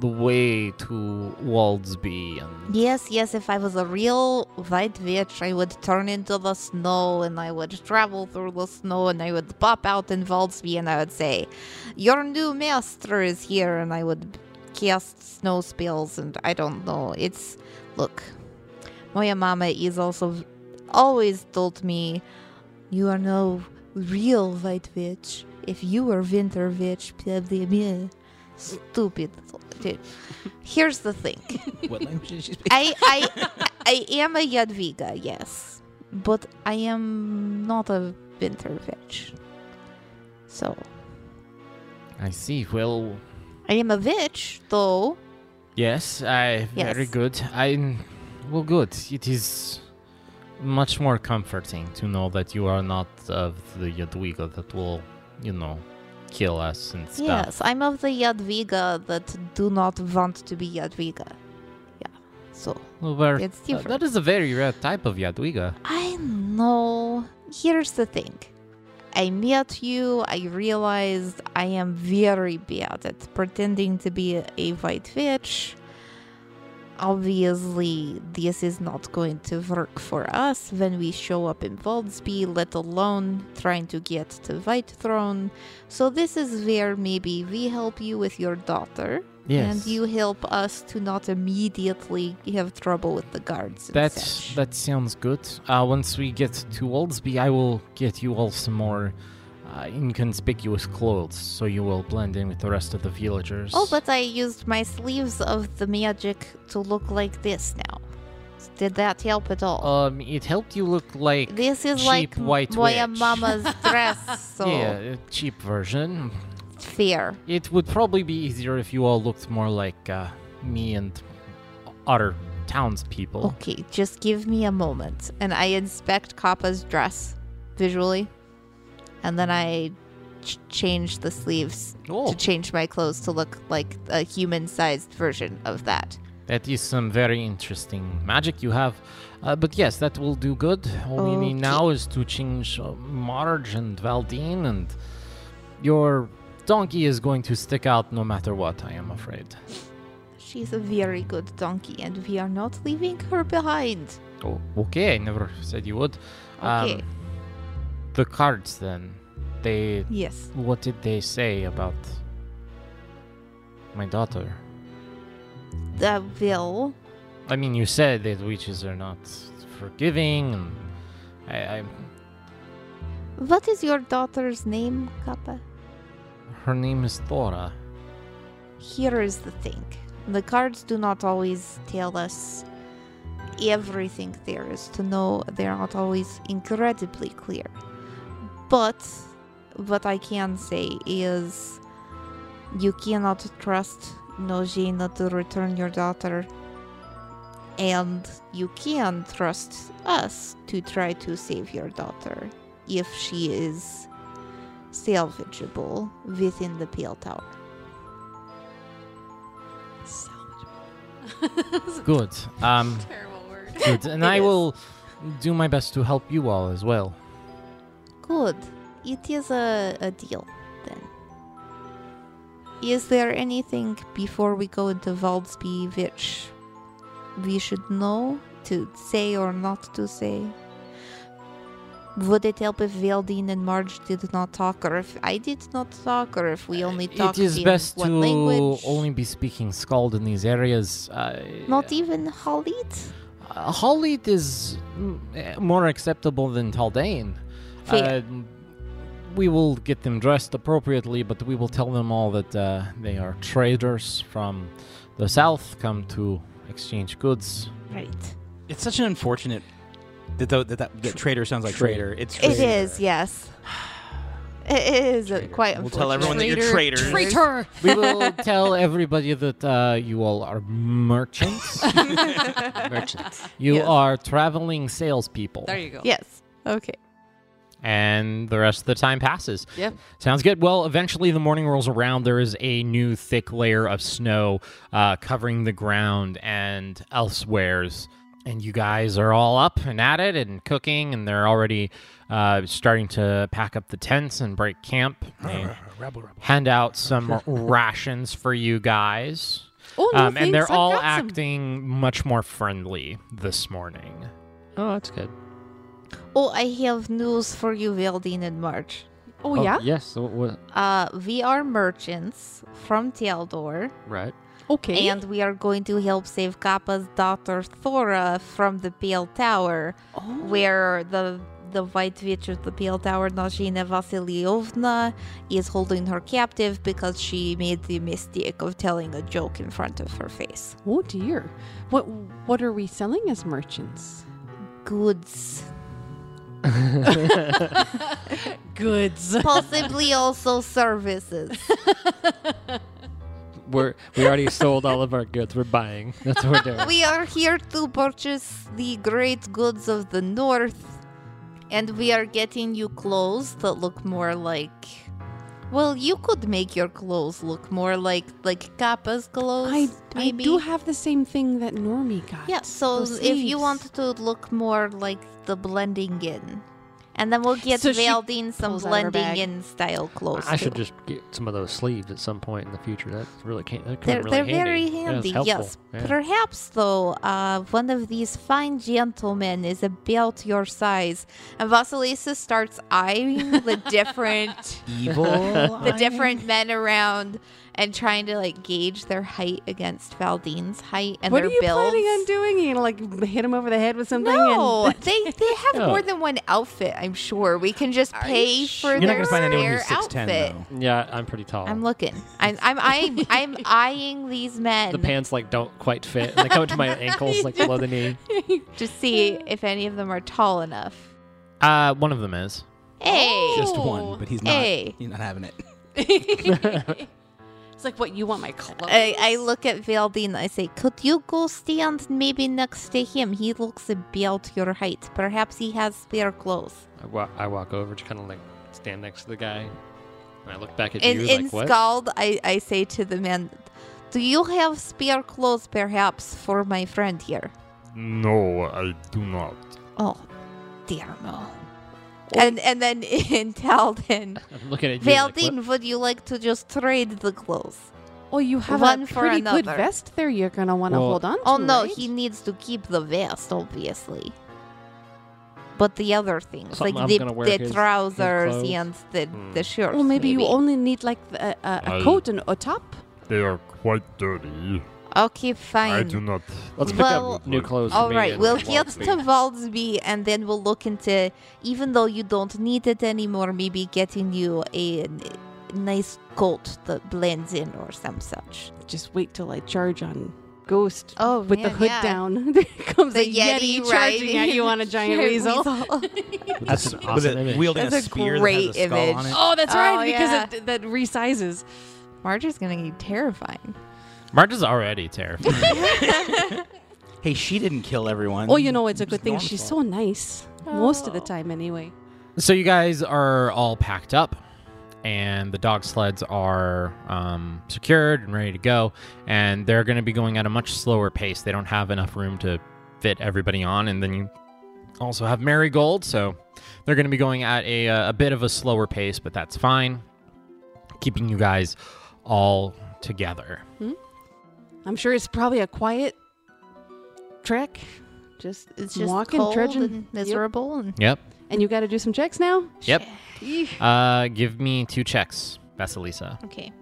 Speaker 4: the way to Waldsby and
Speaker 1: Yes, yes, if I was a real white witch, I would turn into the snow and I would travel through the snow and I would pop out in Valsby and I would say, Your new master is here, and I would cast snow spells and I don't know. It's. Look, my mama is also v- always told me, You are no real white witch. If you were winter witch, probably me. Stupid. Here's the thing.
Speaker 3: what language did she speak?
Speaker 1: I I I am a Yadviga, yes, but I am not a winter witch. So
Speaker 4: I see. Well,
Speaker 1: I am a witch, though.
Speaker 4: Yes, I very
Speaker 1: Yes.
Speaker 4: good. I well, good. It is much more comforting to know that you are not of the Yadwiga that will, you know, kill us and stuff.
Speaker 1: Yes, I'm of the Yadviga that do not want to be Yadviga. Yeah, so
Speaker 4: Well, we're-
Speaker 1: it's
Speaker 4: that-
Speaker 1: different.
Speaker 4: that is a very rare type of Yadwiga.
Speaker 1: I know. Here's the thing. I met you, I realized I am very bad at pretending to be a white witch. Obviously, this is not going to work for us when we show up in Voldsby, let alone trying to get to White Throne. So, this is where maybe we help you with your daughter, and
Speaker 4: Yes,
Speaker 1: you help us to not immediately have trouble with the guards. and
Speaker 4: that's
Speaker 1: such.
Speaker 4: that sounds good. Uh, once we get to Waldsby, I will get you all some more. Uh, inconspicuous clothes, so you will blend in with the rest of the villagers.
Speaker 1: Oh, but I used my sleeves of the magic to look like this now. Did that help at all?
Speaker 4: um, it helped you look like
Speaker 1: this is
Speaker 4: cheap
Speaker 1: like
Speaker 4: white
Speaker 1: Moya
Speaker 4: witch.
Speaker 1: Mama's dress, so
Speaker 4: Yeah, a cheap version.
Speaker 1: fair.
Speaker 4: It would probably be easier if you all looked more like uh, me and other townspeople.
Speaker 1: Okay, just give me a moment, and I inspect Kappa's dress visually, and then I ch- change the sleeves
Speaker 4: Oh,
Speaker 1: to change my clothes to look like a human-sized version of that.
Speaker 4: that is some very interesting magic you have. Uh, but yes, that will do good. All we need now is to change uh, Marge and Valdine, and your donkey is going to stick out no matter what, I am afraid.
Speaker 1: She's a very good donkey, and we are not leaving her behind.
Speaker 4: Oh, okay, I never said you would. Um,
Speaker 1: Okay.
Speaker 4: the cards, then. They
Speaker 1: Yes.
Speaker 4: What did they say about my daughter?
Speaker 1: uh, Bill.
Speaker 4: I mean, you said that witches are not forgiving. And I, I,
Speaker 1: What is your daughter's name, Kappa?
Speaker 4: her name is Thora.
Speaker 1: Here is the thing the cards do not always tell us everything there is to know, they're not always incredibly clear. But what I can say is you cannot trust Nojina to return your daughter. And you can trust us to try to save your daughter if she is salvageable within the Pale Tower.
Speaker 4: Good. Um,
Speaker 2: Terrible word.
Speaker 4: good. And I will do my best to help you all as well.
Speaker 1: Good. It is a, a deal, then. Is there anything before we go into Valdsby which we should know to say or not to say? Would it help if Veldine and Marge did not talk, or if I did not talk, or if we only talked
Speaker 4: it is
Speaker 1: in
Speaker 4: best
Speaker 1: one
Speaker 4: to
Speaker 1: language?
Speaker 4: only be speaking Scald in these areas. Uh,
Speaker 1: Not even Halit?
Speaker 4: Uh, Holly is mm, eh, more acceptable than Taldane.
Speaker 1: Fair.
Speaker 4: Uh, we will get them dressed appropriately, but we will tell them all that uh, they are traders from the south come to exchange goods.
Speaker 1: Right.
Speaker 3: It's such an unfortunate that tho- that, that, that trader sounds like
Speaker 4: Traitor.
Speaker 3: traitor. It's traitor.
Speaker 1: It is, yes. It is uh, quite
Speaker 3: We'll
Speaker 1: unfortunate.
Speaker 3: tell everyone that you're traitors.
Speaker 2: Traitor.
Speaker 4: We will tell everybody that uh, you all are merchants.
Speaker 8: Merchants.
Speaker 4: You are traveling salespeople.
Speaker 2: There you go.
Speaker 1: Yes. Okay.
Speaker 4: and the rest of the time passes.
Speaker 2: Yep.
Speaker 4: Sounds good. Well, eventually the morning rolls around. There is a new thick layer of snow uh, covering the ground and elsewheres. And you guys are all up and at it and cooking, and they're already uh, starting to pack up the tents and break camp. They
Speaker 3: Rebel, rebel.
Speaker 4: hand out some rations for you guys.
Speaker 2: Oh, no
Speaker 4: um, and they're
Speaker 2: thanks, I've
Speaker 4: all
Speaker 2: got some.
Speaker 4: acting much more friendly this morning.
Speaker 5: Oh, that's good.
Speaker 1: Oh, I have news for you, Veldine and March.
Speaker 2: Oh, yeah.
Speaker 5: Yes. So what?
Speaker 1: Uh, we are merchants from Teldor,
Speaker 5: Right.
Speaker 2: Okay.
Speaker 1: and we are going to help save Kappa's daughter Thora from the Pale Tower,
Speaker 2: Oh.
Speaker 1: where the the White Witch of the Pale Tower, Nazhina Vasilievna, is holding her captive because she made the mistake of telling a joke in front of her face.
Speaker 2: oh dear. What what are we selling as merchants?
Speaker 1: Goods.
Speaker 2: Goods.
Speaker 1: Possibly also services.
Speaker 5: We're we already sold all of our goods. We're buying. That's what we're doing.
Speaker 1: We are here to purchase the great goods of the north, and we are getting you clothes that look more like. Well, you could make your clothes look more like like Kappa's clothes.
Speaker 2: I, I
Speaker 1: maybe.
Speaker 2: do have the same thing that Normie got.
Speaker 1: Yeah, so
Speaker 2: Those
Speaker 1: if you
Speaker 2: sleeves.
Speaker 1: want to look more like the blending in, and then we'll get
Speaker 2: So she
Speaker 1: Valdine some
Speaker 2: pulls out her
Speaker 1: blending
Speaker 2: bag.
Speaker 1: in style clothes.
Speaker 5: I should
Speaker 1: too.
Speaker 5: just get some of those sleeves at some point in the future. That really can't. That
Speaker 1: They're,
Speaker 5: come really
Speaker 1: they're
Speaker 5: handy.
Speaker 1: very
Speaker 5: Yeah, it's
Speaker 1: handy,
Speaker 5: helpful.
Speaker 1: yes.
Speaker 5: Yeah.
Speaker 1: Perhaps, though, uh, one of these fine gentlemen is about your size. And Vasilisa starts eyeing the different
Speaker 3: Evil.
Speaker 1: the different men around and trying to like gauge their height against Valdine's height and
Speaker 2: What
Speaker 1: their
Speaker 2: are you
Speaker 1: builds.
Speaker 2: planning on doing? You know, like hit him over the head with something?
Speaker 1: no,
Speaker 2: And
Speaker 1: they they have
Speaker 5: No.
Speaker 1: more than one outfit. I'm sure we can just pay for
Speaker 3: You're not
Speaker 1: their
Speaker 3: gonna find anyone
Speaker 1: spare
Speaker 3: who's six ten
Speaker 1: outfit.
Speaker 3: though.
Speaker 5: Yeah, I'm pretty tall.
Speaker 1: I'm looking. I'm I'm I'm, I'm eyeing these men.
Speaker 5: the pants like don't quite fit. They come up to my ankles, like below the knee.
Speaker 1: to see if any of them are tall enough.
Speaker 4: Uh, one of them is.
Speaker 1: Hey,
Speaker 3: Just one, but he's not.
Speaker 1: Hey.
Speaker 3: He's not having it.
Speaker 2: it's like, what you want my clothes?
Speaker 1: I, I look at Valdine. I say, could you go stand maybe next to him? He looks about your height. Perhaps he has spare clothes.
Speaker 5: I, wa- I walk over, just kind of like stand next to the guy, and I look back at
Speaker 1: In,
Speaker 5: you
Speaker 1: in
Speaker 5: like what?
Speaker 1: Scald, I, I say to the man, do you have spare clothes perhaps for my friend here?
Speaker 4: No, I do not.
Speaker 1: Oh, dear no. And and then in Talden,
Speaker 5: I'm looking at Oh. you. like, what?
Speaker 1: Valdine, would you like to just trade the clothes?
Speaker 2: oh, you have
Speaker 1: One
Speaker 2: a
Speaker 1: for
Speaker 2: pretty good
Speaker 1: another.
Speaker 2: vest there. You're gonna want to
Speaker 5: Well-
Speaker 2: hold on. to,
Speaker 1: Oh no,
Speaker 2: right?
Speaker 1: he needs to keep the vest, obviously. But the other things,
Speaker 5: Something
Speaker 1: like
Speaker 5: I'm
Speaker 1: the,
Speaker 5: gonna wear
Speaker 1: the
Speaker 5: his- his
Speaker 1: trousers
Speaker 5: clothes.
Speaker 1: and the,
Speaker 5: Hmm.
Speaker 1: the shirts.
Speaker 2: Well, maybe, you only need like a, a, a
Speaker 9: I-
Speaker 2: coat and a top.
Speaker 9: They are quite dirty.
Speaker 1: Okay,
Speaker 9: I
Speaker 1: fine.
Speaker 9: do not.
Speaker 5: Let's pick
Speaker 1: Well-
Speaker 5: up new clothes. for
Speaker 1: All
Speaker 5: me
Speaker 1: right,
Speaker 5: and
Speaker 1: we'll
Speaker 5: walk
Speaker 1: get
Speaker 5: me.
Speaker 1: to Valdsby, and then we'll look into. Even though you don't need it anymore, maybe getting you a n- nice coat that blends in or some such.
Speaker 2: Just wait till I charge on Ghost.
Speaker 1: Oh,
Speaker 2: with the
Speaker 1: man,
Speaker 2: hood
Speaker 1: yeah.
Speaker 2: down, there comes
Speaker 1: The
Speaker 2: a yeti,
Speaker 1: Yeti
Speaker 2: charging at you on a giant weasel.
Speaker 5: That's an
Speaker 3: With
Speaker 5: awesome
Speaker 3: a-
Speaker 5: image.
Speaker 3: Wielding
Speaker 1: That's a
Speaker 3: a spear
Speaker 1: great
Speaker 3: that has a skull
Speaker 1: image.
Speaker 3: on it.
Speaker 2: Oh, that's right,
Speaker 1: Oh,
Speaker 2: because
Speaker 1: yeah.
Speaker 2: it, that resizes.
Speaker 1: Marge is gonna be terrifying.
Speaker 4: Marge is already terrified.
Speaker 3: Hey, she didn't kill everyone.
Speaker 2: Oh, you know, it's a
Speaker 3: Just
Speaker 2: good thing she's so
Speaker 3: normal.
Speaker 2: nice most of the time, anyway.
Speaker 4: so you guys are all packed up, and the dog sleds are um, secured and ready to go. And they're going to be going at a much slower pace. They don't have enough room to fit everybody on. And then you also have Marigold, so they're going to be going at a, uh, a bit of a slower pace, but that's fine. Keeping you guys all together.
Speaker 2: I'm sure it's probably a quiet trek. Just
Speaker 1: It's just
Speaker 2: walking,
Speaker 1: cold
Speaker 2: trudging,
Speaker 1: and miserable, and
Speaker 4: Yep.
Speaker 2: Yep. and you got to do some checks now.
Speaker 4: Yep. Uh, give me two checks, Vasilisa.
Speaker 1: Okay.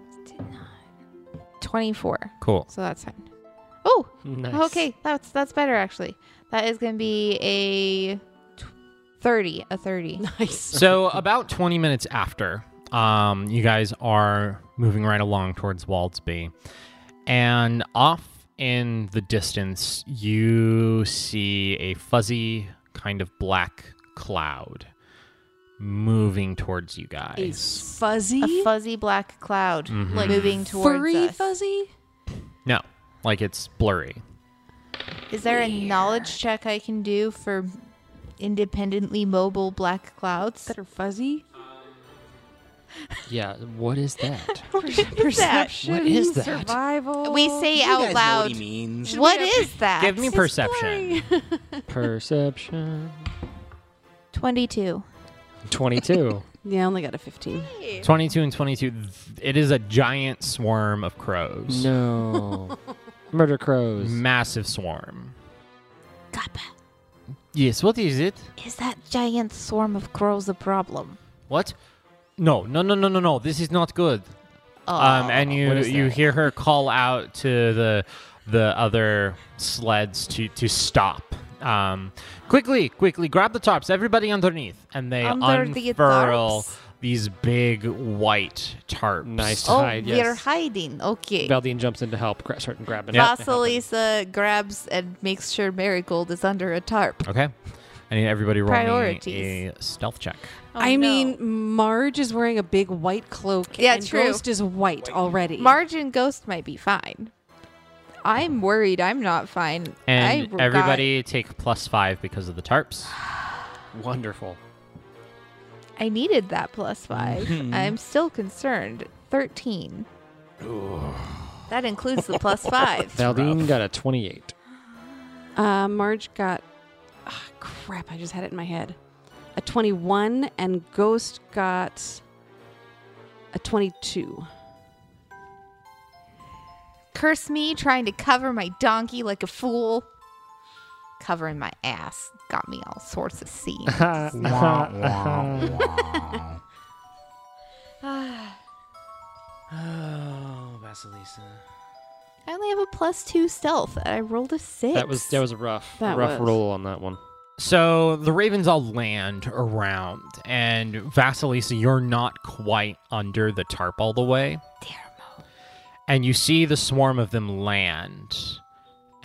Speaker 1: 24.
Speaker 4: Cool.
Speaker 1: So that's fine. Oh,
Speaker 5: nice.
Speaker 1: okay. That's that's better actually. That is going to be a tw- 30, a 30.
Speaker 2: Nice.
Speaker 4: So about 20 minutes after, um, you guys are moving right along towards Waldsby, and off in the distance, you see a fuzzy kind of black cloud moving towards you
Speaker 2: A
Speaker 4: guys.
Speaker 2: fuzzy,
Speaker 1: a fuzzy black cloud
Speaker 4: Mm-hmm.
Speaker 1: like moving towards
Speaker 2: furry
Speaker 1: us.
Speaker 2: fuzzy.
Speaker 4: No, like it's blurry.
Speaker 1: Is there a knowledge check I can do for
Speaker 6: independently mobile black clouds.
Speaker 2: that are fuzzy.
Speaker 5: Yeah, what is that?
Speaker 2: Perception,
Speaker 5: What is that?
Speaker 2: survival.
Speaker 1: We say
Speaker 3: You
Speaker 1: out
Speaker 3: guys know what
Speaker 1: loud,
Speaker 3: he means.
Speaker 1: what is that?
Speaker 4: Give me perception.
Speaker 5: Perception.
Speaker 6: 22.
Speaker 5: 22.
Speaker 2: Yeah, I only got a 15.
Speaker 4: 22 and 22. th- It is a giant swarm of crows.
Speaker 5: no. Murder crows.
Speaker 4: Massive swarm.
Speaker 6: Kappa,
Speaker 4: Yes, what is it?
Speaker 6: is that giant swarm of crows a problem?
Speaker 4: What? No, no, no, no, no, no. This is not good.
Speaker 1: Oh.
Speaker 4: um, and you
Speaker 5: Oh, what is
Speaker 4: you
Speaker 5: that?
Speaker 4: hear her call out to the the other sleds to to stop. Um, quickly, quickly, grab the tarps, everybody underneath, and they
Speaker 6: Under the
Speaker 4: unfurl
Speaker 6: tarps?
Speaker 4: these big white tarps.
Speaker 5: Nice to
Speaker 6: Oh,
Speaker 5: hide,
Speaker 6: we're
Speaker 5: yes.
Speaker 6: hiding. Okay.
Speaker 5: Valdine jumps in to help, gra- starting grabbing. it.
Speaker 6: Vasilisa grabs and makes sure Marigold is under a tarp.
Speaker 4: Okay, I need everybody rolling
Speaker 6: Priorities.
Speaker 4: a stealth check.
Speaker 2: I mean, Marge is wearing a big white cloak.
Speaker 6: Yeah,
Speaker 2: and
Speaker 6: true.
Speaker 2: Ghost is white already.
Speaker 6: Marge and Ghost might be fine. I'm worried I'm not fine.
Speaker 4: And
Speaker 6: I
Speaker 4: everybody take plus five because of the tarps.
Speaker 6: got-
Speaker 5: Wonderful.
Speaker 6: I needed that plus five. I'm still concerned. 13. That includes the plus five.
Speaker 5: Valdine got a 28.
Speaker 2: Uh, Marge got. ah, crap, I just had it in my head. A 21, and Ghost got a 22.
Speaker 6: Curse me trying to cover my donkey like a fool. Covering my ass got me all sorts of seams.
Speaker 3: Oh, Vasilisa.
Speaker 6: I only have a plus two stealth, and I rolled a six.
Speaker 5: That was that was a rough,
Speaker 2: That
Speaker 5: rough
Speaker 2: was.
Speaker 5: roll on that one.
Speaker 4: So the ravens all land around, and Vasilisa, you're not quite under the tarp all the way. And you see the swarm of them land,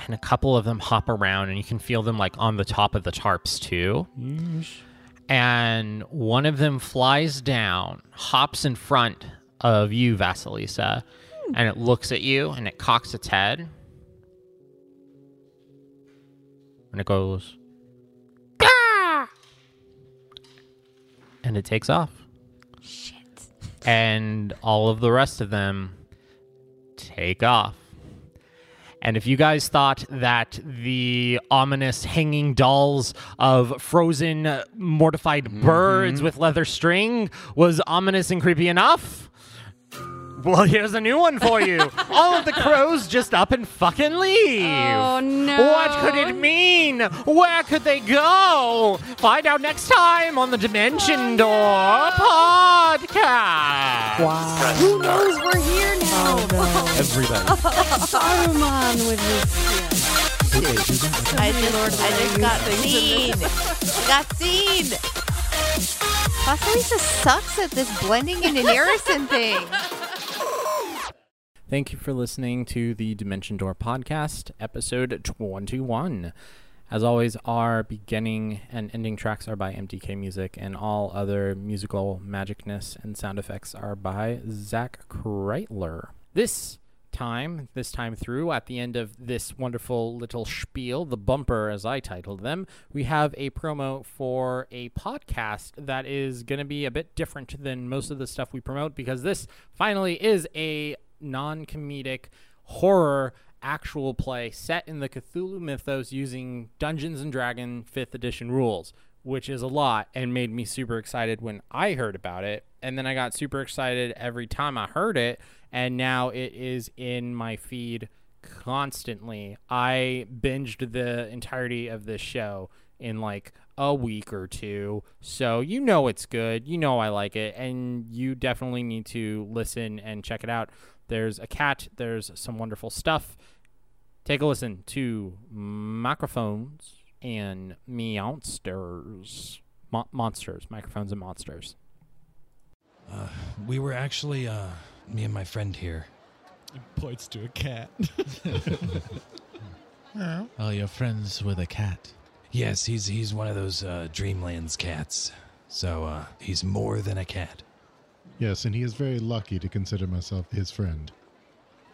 Speaker 4: and a couple of them hop around, and you can feel them like on the top of the tarps too. And one of them flies down, hops in front of you, Vasilisa, and it looks at you and it cocks its head. And it goes, and it takes off. Shit. And all of the rest of them take off. And if you guys thought that the ominous hanging dolls of frozen, uh, mortified birds with leather string was ominous and creepy enough, well, here's a new one for you. All of the crows just up and fucking leave.
Speaker 2: Oh, no.
Speaker 4: What could it mean? Where could they go? Find out next time on the Dimension Door podcast.
Speaker 2: Who knows? We're here now.
Speaker 4: Everybody.
Speaker 2: Saruman with his.
Speaker 1: I just, I just got seen. got seen.
Speaker 6: Vasilisa sucks at this blending in an Arison thing.
Speaker 4: Thank you for listening to the Dimension Door podcast, episode 21. As always, our beginning and ending tracks are by MDK Music, and all other musical magicness and sound effects are by Zach Kreitler. This time, this time through, at the end of this wonderful little spiel, the bumper as I titled them, we have a promo for a podcast that is going to be a bit different than most of the stuff we promote because this finally is a non comedic horror actual play set in the Cthulhu mythos using Dungeons and Dragon 5th edition rules, which is a lot and made me super excited when I heard about it. And then I got super excited every time I heard it, and now it is in my feed constantly. I binged the entirety of this show in like a week or two. So you know it's good. You know I like it. And you definitely need to listen and check it out. There's a cat, there's some wonderful stuff. Take a listen to microphones and monsters. Mo- monsters, microphones and monsters.
Speaker 10: We were actually, uh, me and my friend here.
Speaker 11: Points to a cat.
Speaker 10: Oh, you're friends with a cat. Yes, he's he's one of those uh, Dreamlands cats. So uh, he's more than a cat.
Speaker 11: Yes, and he is very lucky to consider myself his friend.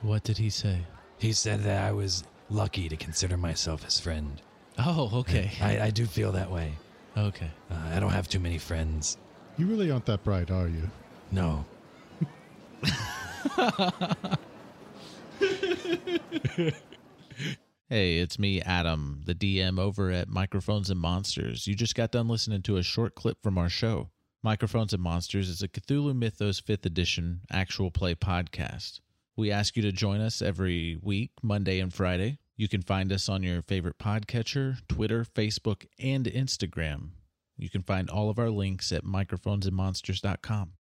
Speaker 12: What did he say?
Speaker 10: He said that I was lucky to consider myself his friend.
Speaker 12: Oh, okay.
Speaker 10: I, I do feel that way.
Speaker 12: Okay.
Speaker 10: Uh, I don't have too many friends.
Speaker 11: You really aren't that bright, are you?
Speaker 10: No.
Speaker 9: Hey, it's me, Adam, the DM over at Microphones and Monsters. You just got done listening to a short clip from our show. Microphones and Monsters is a Cthulhu Mythos 5th edition actual play podcast. We ask you to join us every week, Monday and Friday. You can find us on your favorite podcatcher, Twitter, Facebook, and Instagram. You can find all of our links at microphonesandmonsters.com.